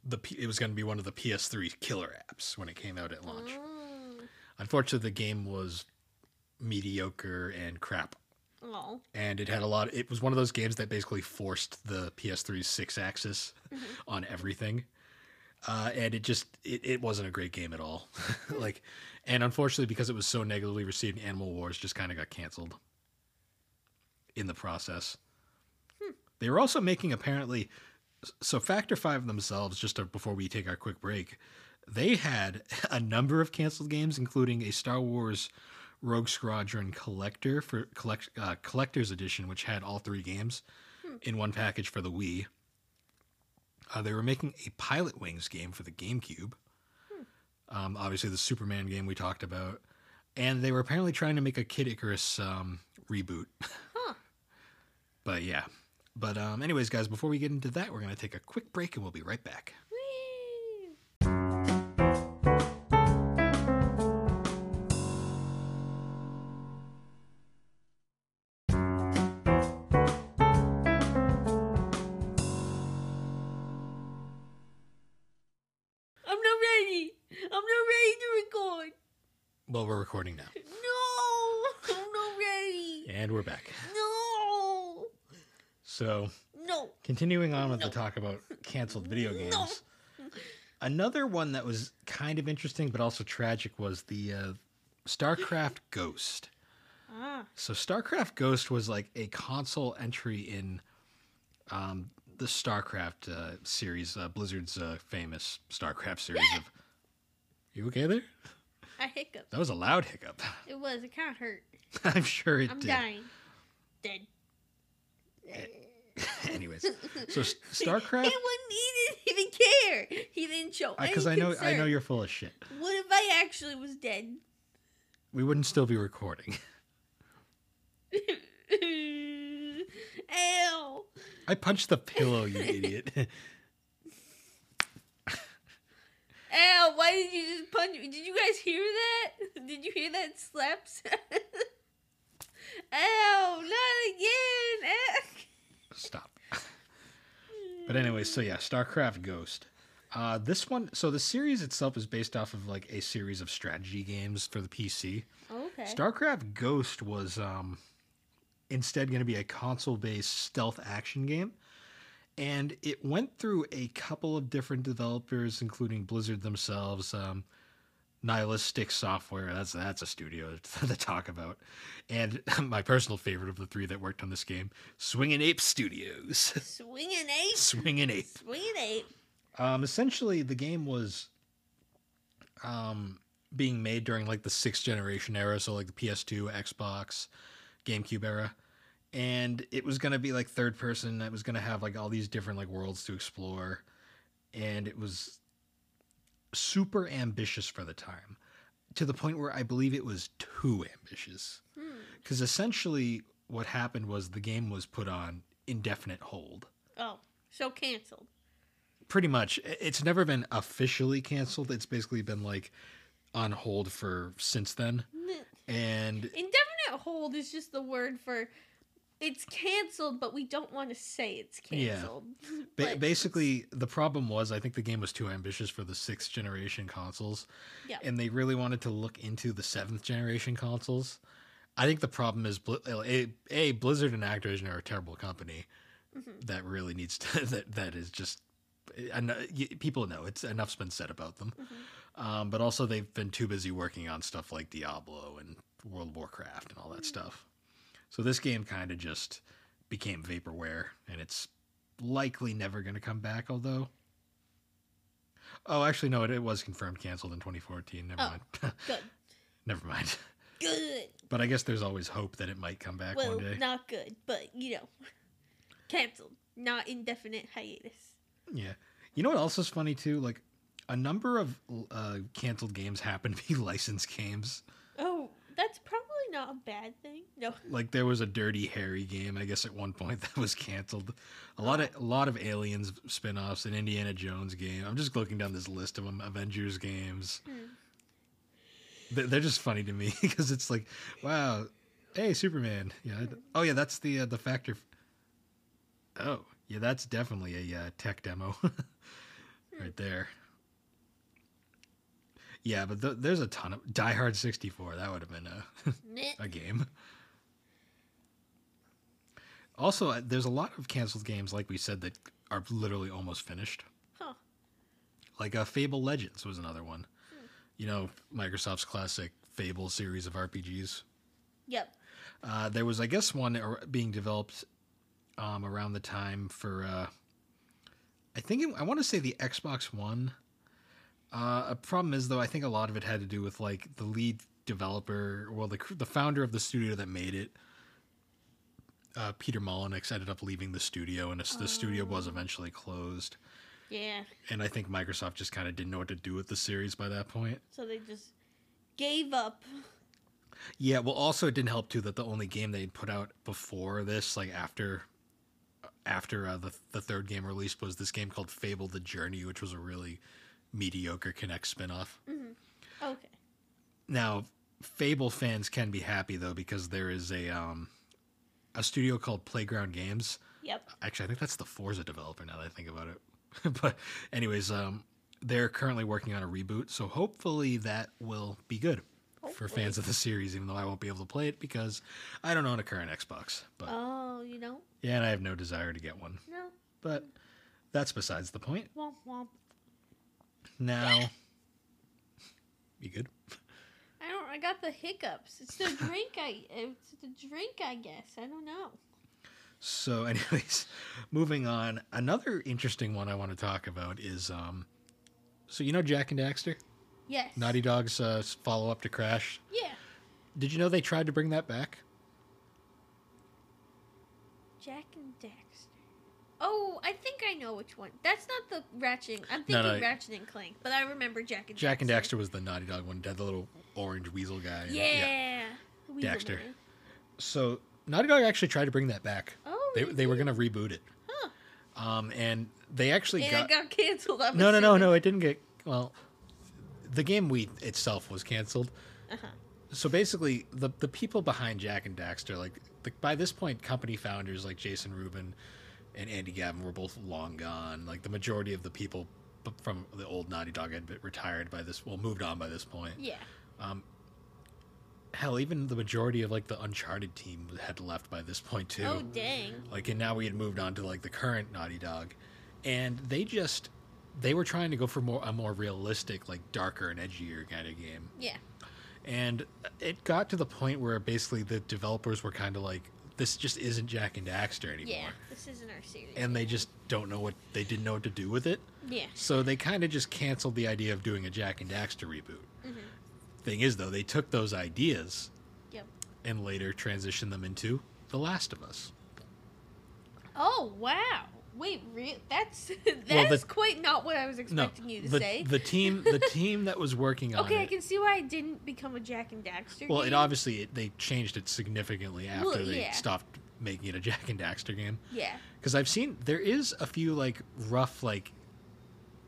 A: The P- it was going to be one of the PS3 killer apps when it came out at
B: Mm-hmm.
A: launch. Unfortunately, the game was mediocre and crap,
B: Oh.
A: and it had a lot. It was one of those games that basically forced the PS3's six axis
B: Mm-hmm.
A: on everything. Uh, and it just it, it wasn't a great game at all [LAUGHS] like and unfortunately because it was so negatively received animal wars just kind of got canceled in the process they were also making apparently so factor five themselves just to, before we take our quick break they had [LAUGHS] a number of canceled games including a star wars rogue squadron collector for collect, uh, collectors edition which had all three games in one package for the wii uh, they were making a Pilot Wings game for the GameCube. Um, obviously, the Superman game we talked about. And they were apparently trying to make a Kid Icarus um, reboot.
B: Huh.
A: [LAUGHS] But yeah. But, um, anyways, guys, before we get into that, we're going to take a quick break and we'll be right back.
B: Whee! I'm not ready. I'm not ready to record.
A: Well, we're recording now.
B: No, I'm not ready.
A: And we're back.
B: No,
A: So,
B: no.
A: continuing on with the
B: No.
A: talk about canceled video
B: No.
A: games. Another one that was kind of interesting but also tragic was the uh, StarCraft Ghost.
B: Ah,
A: So StarCraft Ghost was like a console entry in um, the StarCraft uh, series, uh, Blizzard's uh, famous StarCraft series of. You okay there?
B: I hiccuped.
A: That was a loud hiccup. [LAUGHS]
B: It was. It kind of hurt.
A: I'm sure it
B: I'm
A: did.
B: dying. Dead.
A: [LAUGHS] Anyways, [LAUGHS] so
B: [LAUGHS]
A: S- StarCraft,
B: It wouldn't. He didn't even care. He didn't show any
A: because I know I know
B: concern.
A: you're full of shit.
B: What if I actually was dead? [LAUGHS]
A: We wouldn't still be recording. [LAUGHS]
B: Ow!
A: I punched the pillow, you idiot. [LAUGHS]
B: Ow! Why did you just punch me? Did you guys hear that? Did you hear that slap sound? [LAUGHS] Ow! Not again! [LAUGHS]
A: Stop. But anyway, so yeah, StarCraft Ghost. Uh, this one, so the series itself is based off of like a series of strategy games for the PC.
B: Ow. Okay.
A: StarCraft Ghost was um, instead going to be a console based stealth action game. And it went through a couple of different developers, including Blizzard themselves, um, Nihilistic Software. That's that's a studio [LAUGHS] to talk about. And [LAUGHS] my personal favorite of the three that worked on this game, Swingin' Ape Studios. [LAUGHS]
B: Swinging ape.
A: Swingin' Ape.
B: Swinging ape.
A: Um, essentially, the game was um, being made during like the sixth generation era, so like the PS2, Xbox, GameCube era, and it was gonna be like third person. It was gonna have like all these different like worlds to explore, and it was super ambitious for the time, to the point where I believe it was too ambitious
B: Hmm.
A: because essentially what happened was the game was put on indefinite hold.
B: Oh, so canceled.
A: pretty much I- it's never been officially canceled it's basically been like on hold for since then
B: N-
A: and
B: Indefinite hold is just the word for it's canceled, but we don't want to say it's
A: Yeah.
B: canceled.
A: ba-
B: But-
A: basically the problem was i think the game was too ambitious for the sixth generation consoles
B: Yeah.
A: and they really wanted to look into the seventh generation consoles i think the problem is Bli- a, a blizzard and activision are a terrible company
B: Mhm.
A: that really needs to [LAUGHS] that, that is just en- y- people know it's enough's been said about them
B: Mhm.
A: um, but also they've been too busy working on stuff like Diablo and World of Warcraft and all
B: Mm.
A: that stuff. So this game kind of just became vaporware, and it's likely never going to come back. Although, oh, actually, no, it, it was confirmed canceled in 2014. Never
B: Oh.
A: mind. [LAUGHS]
B: Good.
A: never mind. [LAUGHS]
B: Good.
A: But I guess there's always hope that it might come back
B: well,
A: one day.
B: not good, but you know, canceled, not indefinite hiatus.
A: Yeah. You know what else is funny too? Like a number of uh, canceled games happen to be [LAUGHS] licensed games.
B: Oh, that's probably not a bad thing. No,
A: like there was a dirty harry game i guess at one point [LAUGHS] that was canceled a lot of a lot of aliens spin-offs an indiana jones game i'm just looking down this list of them avengers games
B: Hmm.
A: They- they're just funny to me [LAUGHS] because it's like wow hey superman yeah I- oh yeah that's the uh, the factor oh yeah that's definitely a uh, tech demo [LAUGHS] right there yeah but th- there's a ton of die hard 64 that would have been a
B: Meh.
A: [LAUGHS] a game. Also, uh, there's a lot of canceled games, like we said, that are literally almost finished.
B: Huh.
A: Like uh, Fable Legends was another one. You know, Microsoft's classic Fable series of RPGs.
B: yep.
A: Uh, there was, I guess, one ar- being developed um, around the time for, uh, I think, it, I want to say the Xbox One. Uh, a problem is though, I think a lot of it had to do with like the lead developer, well, the cr- the founder of the studio that made it. Uh, Peter Molyneux ended up leaving the studio, and it's- the studio was eventually closed.
B: Yeah.
A: And I think Microsoft just kind of didn't know what to do with the series by that point.
B: So they just gave up.
A: Yeah, well, also it didn't help too that the only game they had put out before this, like after, after uh, the the third game released, was this game called Fable: The Journey, which was a really mediocre Kinect spin-off.
B: Mm-hmm. Okay.
A: Now, Fable fans can be happy though because there is a um, a studio called Playground Games.
B: Yep.
A: Actually, I think that's the Forza developer now that I think about it. [LAUGHS] but anyways, um, they're currently working on a reboot, so hopefully that will be good for fans of the series, even though I won't be able to play it because I don't own a current Xbox. But
B: Oh, you know,
A: yeah, and I have no desire to get one.
B: no,
A: But that's besides the point.
B: womp womp.
A: Now, [LAUGHS] you good?
B: I don't. I got the hiccups.
A: [LAUGHS]
B: It's the drink. I. It's the drink. I guess. I don't know.
A: So, [LAUGHS] anyways, moving on. Another interesting one I want to talk about is um, so you know Jack and Daxter,
B: Yes.
A: Naughty Dog's uh, follow up to Crash.
B: Yeah.
A: Did you know they tried to bring that back?
B: Jack and Daxter. Oh, I think I know which one. That's not the Ratchet. I'm thinking
A: No, no.
B: Ratchet and Clank, but I remember Jack and
A: Jack and Daxter was the Naughty Dog one, the little orange weasel guy.
B: Yeah. Weasel
A: Daxter.
B: Man.
A: So Naughty Dog actually tried to bring that back.
B: Oh,
A: They, they were gonna reboot it.
B: Huh.
A: Um, and they actually
B: And
A: got
B: it got canceled. I'm
A: no, no, no,
B: assuming.
A: no. It didn't get well. The game we itself was canceled.
B: Uh-huh.
A: So basically, the the people behind Jack and Daxter, like the, by this point, company founders like Jason Rubin and Andy Gavin were both long gone. Like the majority of the people b- from the old Naughty Dog had been retired by this, well, moved on by this point.
B: Yeah.
A: Hell, even the majority of like the Uncharted team had left by this point too.
B: Oh dang.
A: like and now we had moved on to like the current naughty dog and they just they were trying to go for more a more realistic like darker and edgier kind of game
B: Yeah.
A: and it got to the point where basically the developers were kind of like this just isn't jack and daxter anymore
B: Yeah. This isn't our series.
A: and they just don't know what they didn't know what to do with it
B: yeah.
A: so they kind of just canceled the idea of doing a jack and daxter reboot
B: Mm-hmm.
A: thing is though they took those ideas
B: Yep.
A: and later transitioned them into the last of us
B: Oh wow. Wait, re- that's [LAUGHS] that's
A: Well, the-
B: quite not what I was expecting you to
A: the,
B: say.
A: the team
B: [LAUGHS]
A: the team that was working on
B: okay, I
A: it.
B: can see why I didn't become a Jack and Daxter.
A: Well,
B: game.
A: it obviously it, they changed it significantly after
B: Well,
A: they
B: yeah.
A: stopped making it a Jack and Daxter game.
B: Yeah.
A: Because I've seen there is a few like rough like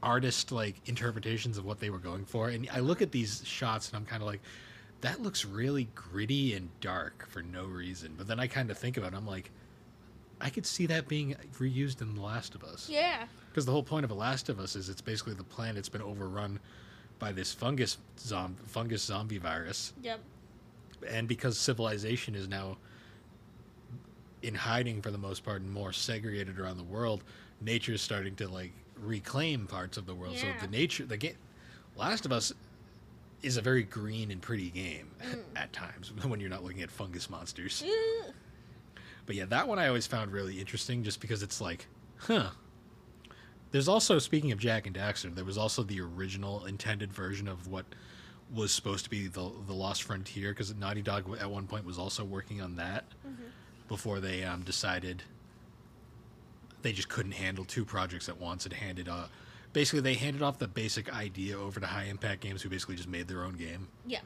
A: artist like interpretations of what they were going for, and I look at these shots and I'm kind of like, that looks really gritty and dark for no reason. But then I kind of think about it, I'm like. I could see that being reused in The Last of Us.
B: Yeah.
A: Because the whole point of The Last of Us is it's basically the planet's been overrun by this fungus zomb- fungus zombie virus,
B: Yep.
A: and because civilization is now in hiding for the most part and more segregated around the world, nature is starting to like reclaim parts of the world.
B: Yeah.
A: So the nature, the game, Last of Us is a very green and pretty game at times [LAUGHS] when you're not looking at fungus monsters.
B: Ugh.
A: But yeah, that one I always found really interesting just because it's like, huh. There's also, speaking of Jack and Daxter, there was also the original intended version of what was supposed to be the, the Lost Frontier because Naughty Dog at one point was also working on that before they um, decided they just couldn't handle two projects at once and handed uh, basically they handed off the basic idea over to High Impact Games who basically just made their own game.
B: Yeah.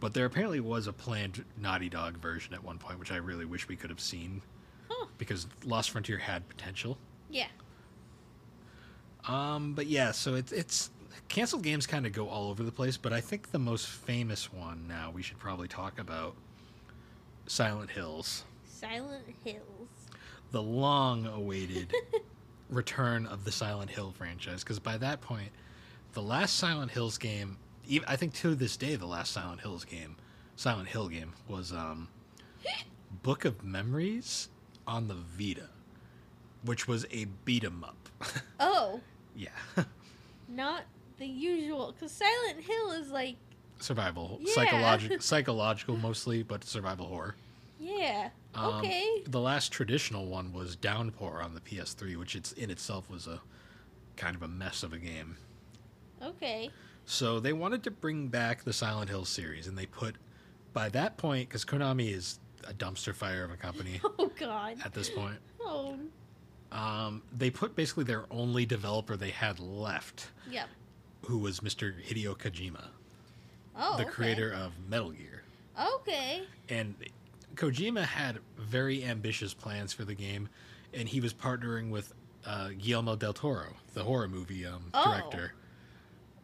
A: But there apparently was a planned Naughty Dog version at one point, which I really wish we could have seen
B: Huh.
A: because Lost Frontier had potential.
B: Yeah.
A: Um, but yeah, so it's it's canceled games kind of go all over the place. But I think the most famous one now we should probably talk about Silent Hills,
B: Silent Hills.
A: the long-awaited [LAUGHS] return of the Silent Hill franchise. Because by that point, the last Silent Hills game, ev I think to this day, the last Silent Hills game, Silent Hill game was um,
B: [GASPS]
A: Book of Memories on the Vita, which was a beat 'em up.
B: Oh,
A: [LAUGHS] Yeah.
B: not the usual. Because Silent Hill is like,
A: survival.
B: Yeah. [LAUGHS]
A: Psychological psychological mostly, but survival horror.
B: yeah.
A: Um,
B: okay.
A: The last traditional one was Downpour on the PS3, which it's in itself was a kind of a mess of a game.
B: Okay. [LAUGHS]
A: So they wanted to bring back the Silent Hill series and they put by that point cuz Konami is a dumpster fire of a
B: [LAUGHS]
A: company
B: Oh, God.
A: at this point.
B: Oh,
A: Um, they put basically their only developer they had left,
B: yep.
A: who was Mr. Hideo Kojima,
B: Oh,
A: the
B: okay.
A: creator of Metal Gear.
B: Okay.
A: and Kojima had very ambitious plans for the game, and he was partnering with uh, Guillermo del Toro, the horror movie um,
B: Oh.
A: director.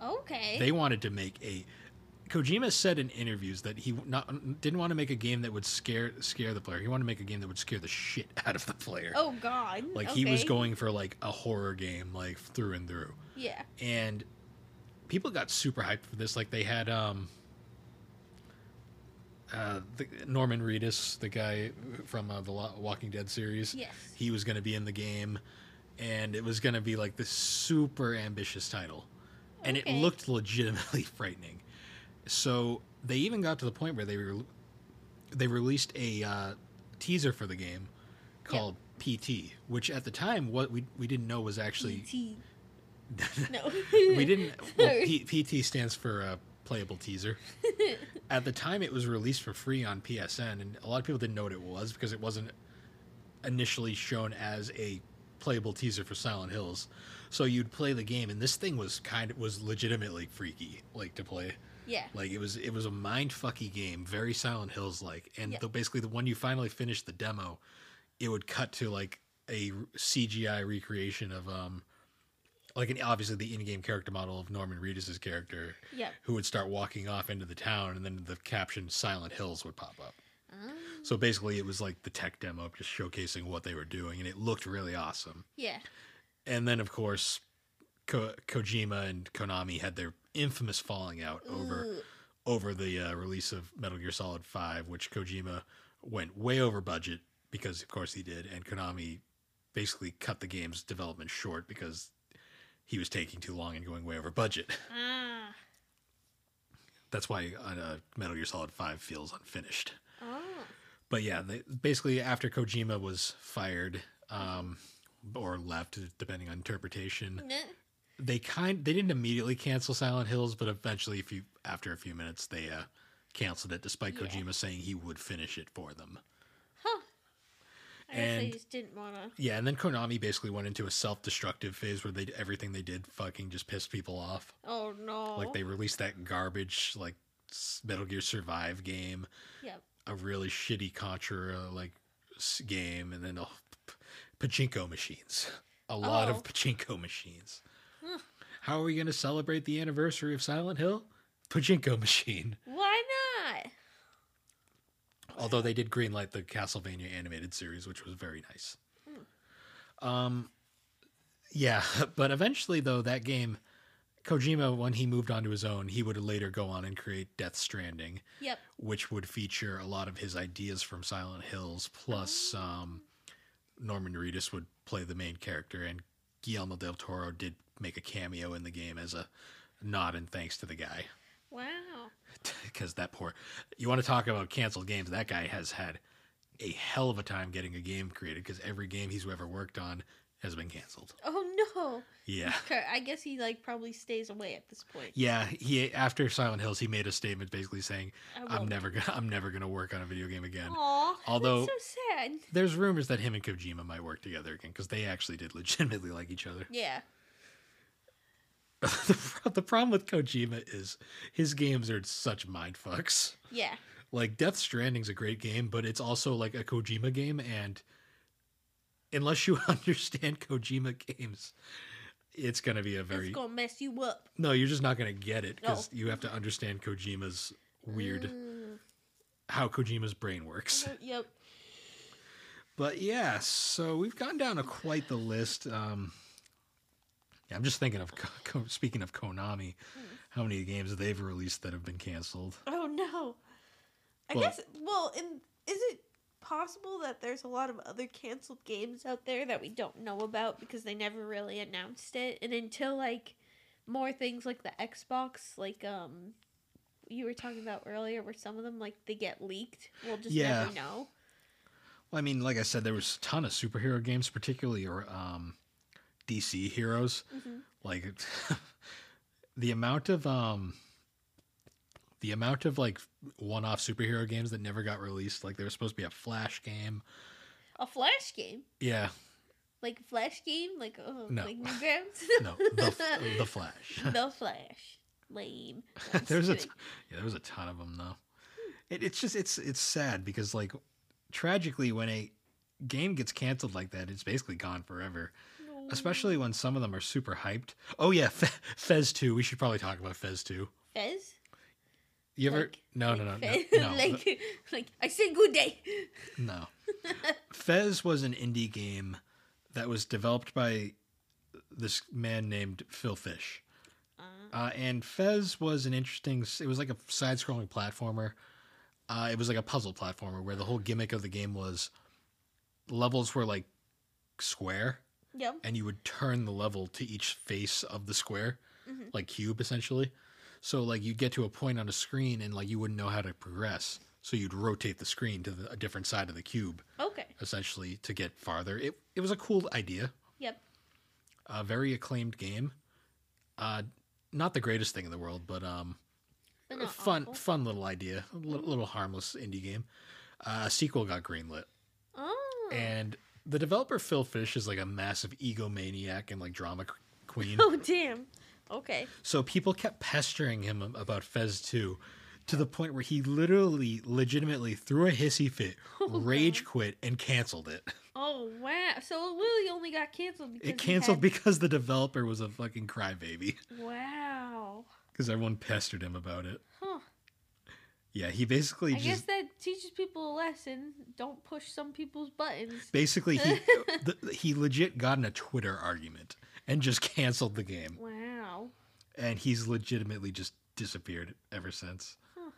B: Okay.
A: They wanted to make a. Kojima said in interviews that he not, didn't want to make a game that would scare scare the player. He wanted to make a game that would scare the shit [LAUGHS] out of the player.
B: oh, God.
A: like he was
B: okay.
A: going for like a horror game, like through and through.
B: Yeah.
A: And people got super hyped for this. Like they had um, uh, the, Norman Reedus, the guy from uh, the Lo- Walking Dead series.
B: Yes.
A: He was going to be in the game, and it was going to be like this super ambitious title, and
B: Okay.
A: it looked [LAUGHS] legitimately frightening. So they even got to the point where they were they released a uh, teaser for the game called PT, which at the time what we we didn't know was actually
B: E.T. No.
A: [LAUGHS] we didn't.
B: [LAUGHS]
A: Well,
B: Sorry.
A: P- PT stands for uh, playable teaser. At the time, it was released for free on PSN, and a lot of people didn't know what it was because it wasn't initially shown as a playable teaser for Silent Hills. So you'd play the game, and this thing was kind of was legitimately freaky, like to play.
B: Yeah.
A: Like it was it was a mind fucky game, very Silent Hills like. And
B: Yeah.
A: the, basically, the when you finally finished the demo, it would cut to like a CGI recreation of um, like an obviously the in-game character model of Norman Reedus's character,
B: Yeah.
A: who would start walking off into the town, and then the caption "Silent Hills" would pop up.
B: Um,
A: So basically, it was like the tech demo, just showcasing what they were doing, and it looked really awesome.
B: yeah.
A: And then, of course, Ko- Kojima and Konami had their infamous falling out over
B: Ugh.
A: over the uh, release of Metal Gear Solid 5, which Kojima went way over budget because, of course, he did. And Konami basically cut the game's development short because he was taking too long and going way over budget. [LAUGHS]
B: Ah.
A: That's why uh, Metal Gear Solid 5 feels unfinished.
B: Ah.
A: But yeah, they, basically, after Kojima was fired um, or left, depending on interpretation,
B: Nah.
A: they kind they didn't immediately cancel Silent Hills, but eventually, if you after a few minutes, they uh, canceled it, despite
B: Yeah.
A: Kojima saying he would finish it for them.
B: Huh. I guess they
A: And-
B: just didn't want to.
A: Yeah, and then Konami basically went into a self-destructive phase where they everything they did fucking just pissed people off.
B: Oh no.
A: Like they released that garbage like s- Metal Gear Survive game,
B: Yep.
A: a really shitty Contra like s- game, and then oh, p- pachinko machines, a lot
B: Oh.
A: of pachinko machines.
B: Huh.
A: How are we going to celebrate the anniversary of Silent Hill? Pachinko machine.
B: Why not?
A: Although they did greenlight the Castlevania animated series, which was very nice. Um, yeah, [LAUGHS] but eventually though that game, Kojima, when he moved on to his own, he would later go on and create Death Stranding,
B: Yep.
A: which would feature a lot of his ideas from Silent Hills.
B: Oh.
A: Plus, um, Norman Reedus would play the main character, and Guillermo del Toro did make a cameo in the game as a nod and thanks to the guy [LAUGHS]
B: Wow.
A: because that poor you want to talk about canceled games that guy has had a hell of a time getting a game created because every game he's ever worked on has been canceled
B: Oh no.
A: yeah
B: Okay, I guess he like probably stays away at this point.
A: yeah he after silent hills he made a statement basically saying
B: I
A: i'm never gonna i'm never gonna work on a video game again
B: Aw.
A: Although-
B: That's so sad.
A: there's rumors that him and kojima might work together again because they actually did legitimately like each other [LAUGHS]
B: Yeah.
A: the, pro- the problem with kojima is his games are such mind fucks
B: Yeah.
A: like Death Stranding's a great game, but it's also like a Kojima game, and unless you [LAUGHS] understand Kojima games, it's gonna be a very
B: It's gonna mess you up.
A: no. You're just not gonna get it because you have to understand Kojima's weird
B: Mm,
A: how Kojima's brain works.
B: oh, yep.
A: But yeah, so we've gone down to quite the list. Um, yeah, I'm just thinking of Ko- Ko- speaking of Konami, how many games they've released that have been canceled.
B: Oh no. I
A: Well-
B: guess. Well, and is it possible that there's a lot of other canceled games out there that we don't know about because they never really announced it, and until like more things like the Xbox, like um. You were talking about earlier where some of them like they get leaked. We'll just
A: Yeah.
B: never know.
A: Well, I mean, like I said, there was a ton of superhero games, particularly or um, DC heroes.
B: Mhm.
A: Like [LAUGHS] it's- the amount of um, the amount of like one-off superhero games that never got released. Like there was supposed to be a Flash game.
B: A flash game,
A: Yeah,
B: like flash game, like oh,
A: No.
B: like Newgrounds.
A: no, the, [LAUGHS] the Flash.
B: [LAUGHS] the Flash. Lame. No, [LAUGHS] I'm just
A: There's a
B: kidding.
A: t- yeah, there was a ton of them though. It, it's just it's it's sad because like tragically when a game gets canceled like that, it's basically gone forever.
B: No.
A: especially when some of them are super hyped. Oh yeah, Fe- Fez Two. We should probably talk about Fez Two.
B: Fez.
A: You ever?
B: Like-
A: Oh, no,
B: like
A: no, no, no,
B: Fez- [LAUGHS]
A: no,
B: like, like I say good day.
A: no. Fez was an indie game that was developed by this man named Phil Fish,
B: Uh,
A: uh, and Fez was an interesting. It was like a side-scrolling platformer. Uh, it was like a puzzle platformer where the whole gimmick of the game was levels were like square
B: yep.
A: and you would turn the level to each face of the square,
B: Mhm.
A: like cube essentially. So like you'd get to a point on a screen and like you wouldn't know how to progress. So you'd rotate the screen to the, a different side of the cube
B: Okay.
A: essentially to get farther. It it was a cool idea,
B: Yep.
A: a very acclaimed game. Uh, not the greatest thing in the world, but um,
B: But
A: a
B: not
A: fun
B: awful.
A: fun little idea, a little, little harmless indie game. Uh, a sequel got greenlit
B: Oh. [LAUGHS]
A: and The developer Phil Fish is like a massive egomaniac and like drama qu-
B: [LAUGHS]
A: queen.
B: Oh damn. Okay.
A: So people kept pestering him about Fez 2 to the point where he literally, legitimately threw a hissy
B: [LAUGHS]
A: fit, rage quit, and canceled it.
B: Oh wow. So it really only got canceled because
A: It
B: he
A: canceled
B: had-
A: because the developer was a fucking crybaby
B: Wow.
A: because everyone pestered him about it.
B: Huh.
A: Yeah, he basically
B: I
A: just.
B: guess that teaches people a lesson. Don't push some people's buttons.
A: Basically, he th- he legit got in a Twitter argument and just [LAUGHS] canceled the game,
B: Wow.
A: and he's legitimately just disappeared ever since.
B: Huh.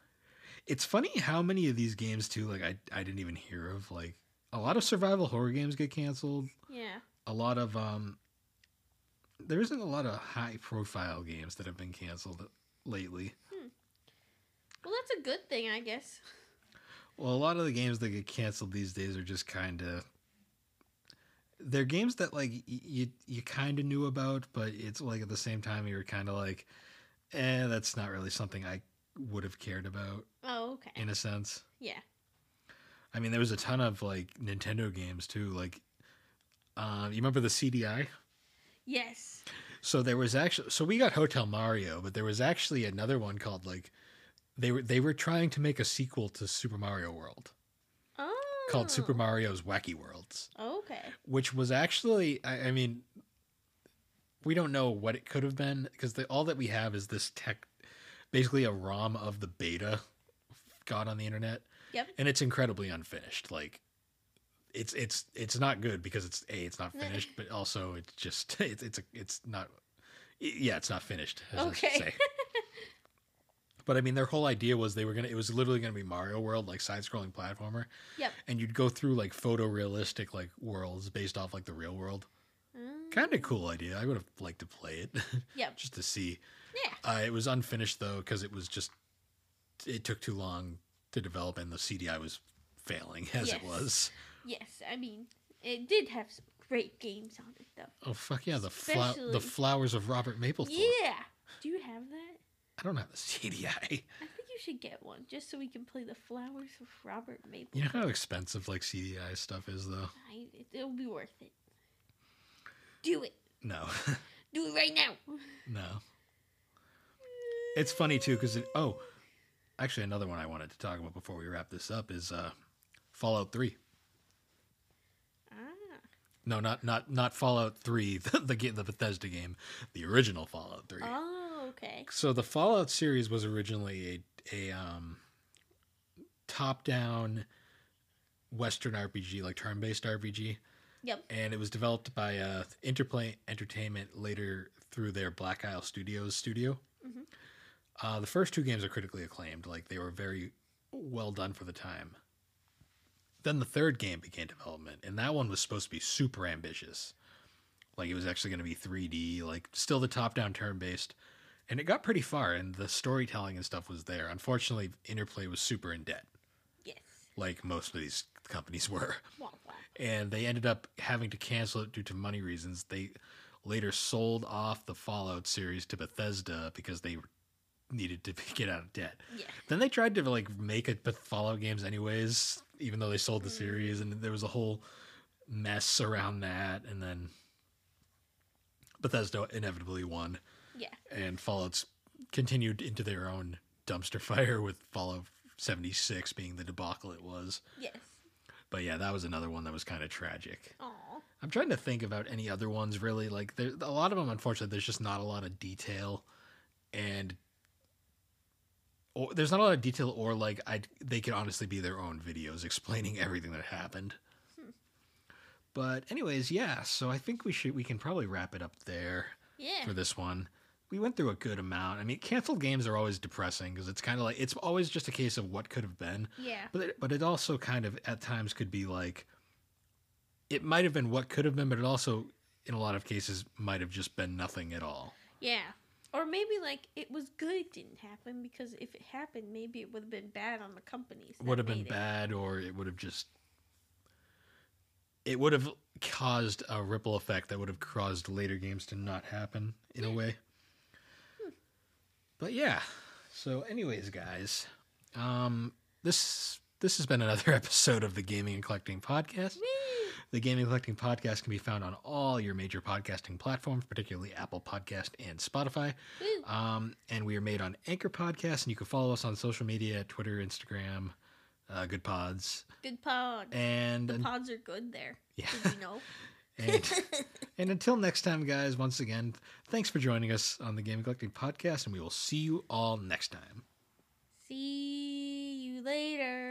A: It's funny how many of these games too, like I I didn't even hear of. Like a lot of survival horror games get canceled.
B: Yeah.
A: A lot of um, there isn't a lot of high profile games that have been canceled lately.
B: Well, that's a good thing, I guess.
A: Well, a lot of the games that get canceled these days are just kind of they're games that like y- you you kind of knew about, but it's like at the same time you're kind of like, eh, that's not really something I would have cared about
B: Oh, okay.
A: in a sense.
B: Yeah.
A: I mean, there was a ton of like Nintendo games too. Like, um, you remember the CDI?
B: Yes.
A: So there was actually so we got Hotel Mario, but there was actually another one called like they were they were trying to make a sequel to Super Mario World
B: Oh.
A: called Super Mario's Wacky Worlds.
B: Okay.
A: which was actually I, I mean we don't know what it could have been because all that we have is this tech basically a rom of the beta got on the internet
B: Yep.
A: and it's incredibly unfinished like it's it's it's not good because it's a it's not finished but also it's just [LAUGHS] it's it's a, it's not y- yeah it's not finished as I should
B: Okay. [LAUGHS]
A: say. but i mean their whole idea was they were gonna it was literally gonna be mario world like side scrolling platformer
B: Yep.
A: and you'd go through like photorealistic like worlds based off like the real world.
B: Um,
A: Kind of cool idea. I would have liked to play it [LAUGHS]
B: Yep.
A: just to see.
B: Yeah.
A: Uh, it was unfinished though because it was just it took too long to develop and the CDI was failing as
B: Yes.
A: it was.
B: Yes. I mean, it did have some great games on it, though.
A: Oh fuck yeah, the flow
B: Especially-
A: the flowers of Robert Mapplethorpe.
B: Yeah. Do you have that?
A: I don't have the [LAUGHS] CDI.
B: I think you should get one just so we can play the flowers of Robert Maple.
A: You know how expensive like CDI stuff is though.
B: I, it, it'll be worth it. Do it.
A: No, [LAUGHS]
B: Do it right now.
A: no. It's funny too because it, oh, actually another one I wanted to talk about before we wrap this up is uh, Fallout Three.
B: Ah.
A: No, not not not Fallout Three, [LAUGHS] the the, ga- the Bethesda game, the original Fallout Three.
B: Oh, okay.
A: So the Fallout series was originally a a um, top down Western RPG, like turn based RPG,
B: Yep.
A: and it was developed by uh, Interplay Entertainment later through their Black Isle Studios studio.
B: Mhm.
A: Uh, the first two games are critically acclaimed; like they were very well done for the time. Then the third game began development, and that one was supposed to be super ambitious. Like it was actually going to be 3D, like still the top-down turn-based, and it got pretty far. And the storytelling and stuff was there. Unfortunately, Interplay was super in debt,
B: Yes.
A: like most of these companies [LAUGHS] were
B: Wah, wah.
A: and they ended up having to cancel it due to money reasons. They later sold off the Fallout series to Bethesda because they needed to [LAUGHS] get out of debt.
B: Yeah.
A: Then they tried to like make it with Fallout games anyways, even though they sold the series, and there was a whole mess around that. And then Bethesda inevitably won,
B: Yeah.
A: and Fallout's continued into their own dumpster [LAUGHS] fire with Fallout 76 being the debacle it was.
B: Yes.
A: But yeah, that was another one that was kind of tragic.
B: Aw.
A: I'm trying to think about any other ones really. Like there, a lot of them, unfortunately, there's just not a lot of detail, and or there's not a lot of detail, or like I, they could honestly be their own videos [LAUGHS] explaining everything that happened. But anyways, yeah. So I think we should we can probably wrap it up there
B: Yeah.
A: for this one. We went through a good amount. I mean, canceled games are always depressing because it's kind of like it's always just a case of what could have been.
B: Yeah.
A: But it, but it also kind of at times could be like it might have been what could have been, but it also in a lot of cases might have just been nothing at all.
B: Yeah. Or maybe like it was good it didn't happen because if it happened, maybe it would have been bad on the companies. that
A: would have been
B: made it.
A: bad, or it would have just it would have caused a ripple effect that would have caused later games to not happen in a way. But yeah. So, anyways, guys, [LAUGHS] um, this this has been another episode of the Gaming and Collecting Podcast.
B: Whee!
A: The Gaming Collecting Podcast can be found on all your major podcasting platforms, particularly Apple Podcast and Spotify.
B: Woo.
A: Um, and we are made on Anchor Podcast, and you can follow us on social media Twitter, Instagram, uh, Good Pods.
B: Good pod.
A: And,
B: the pods are good there.
A: yeah,
B: Did you know?
A: [LAUGHS]
B: [LAUGHS]
A: and, and until next time, guys, once again, thanks for joining us on the Gaming Collecting Podcast, and we will see you all next time.
B: See you later.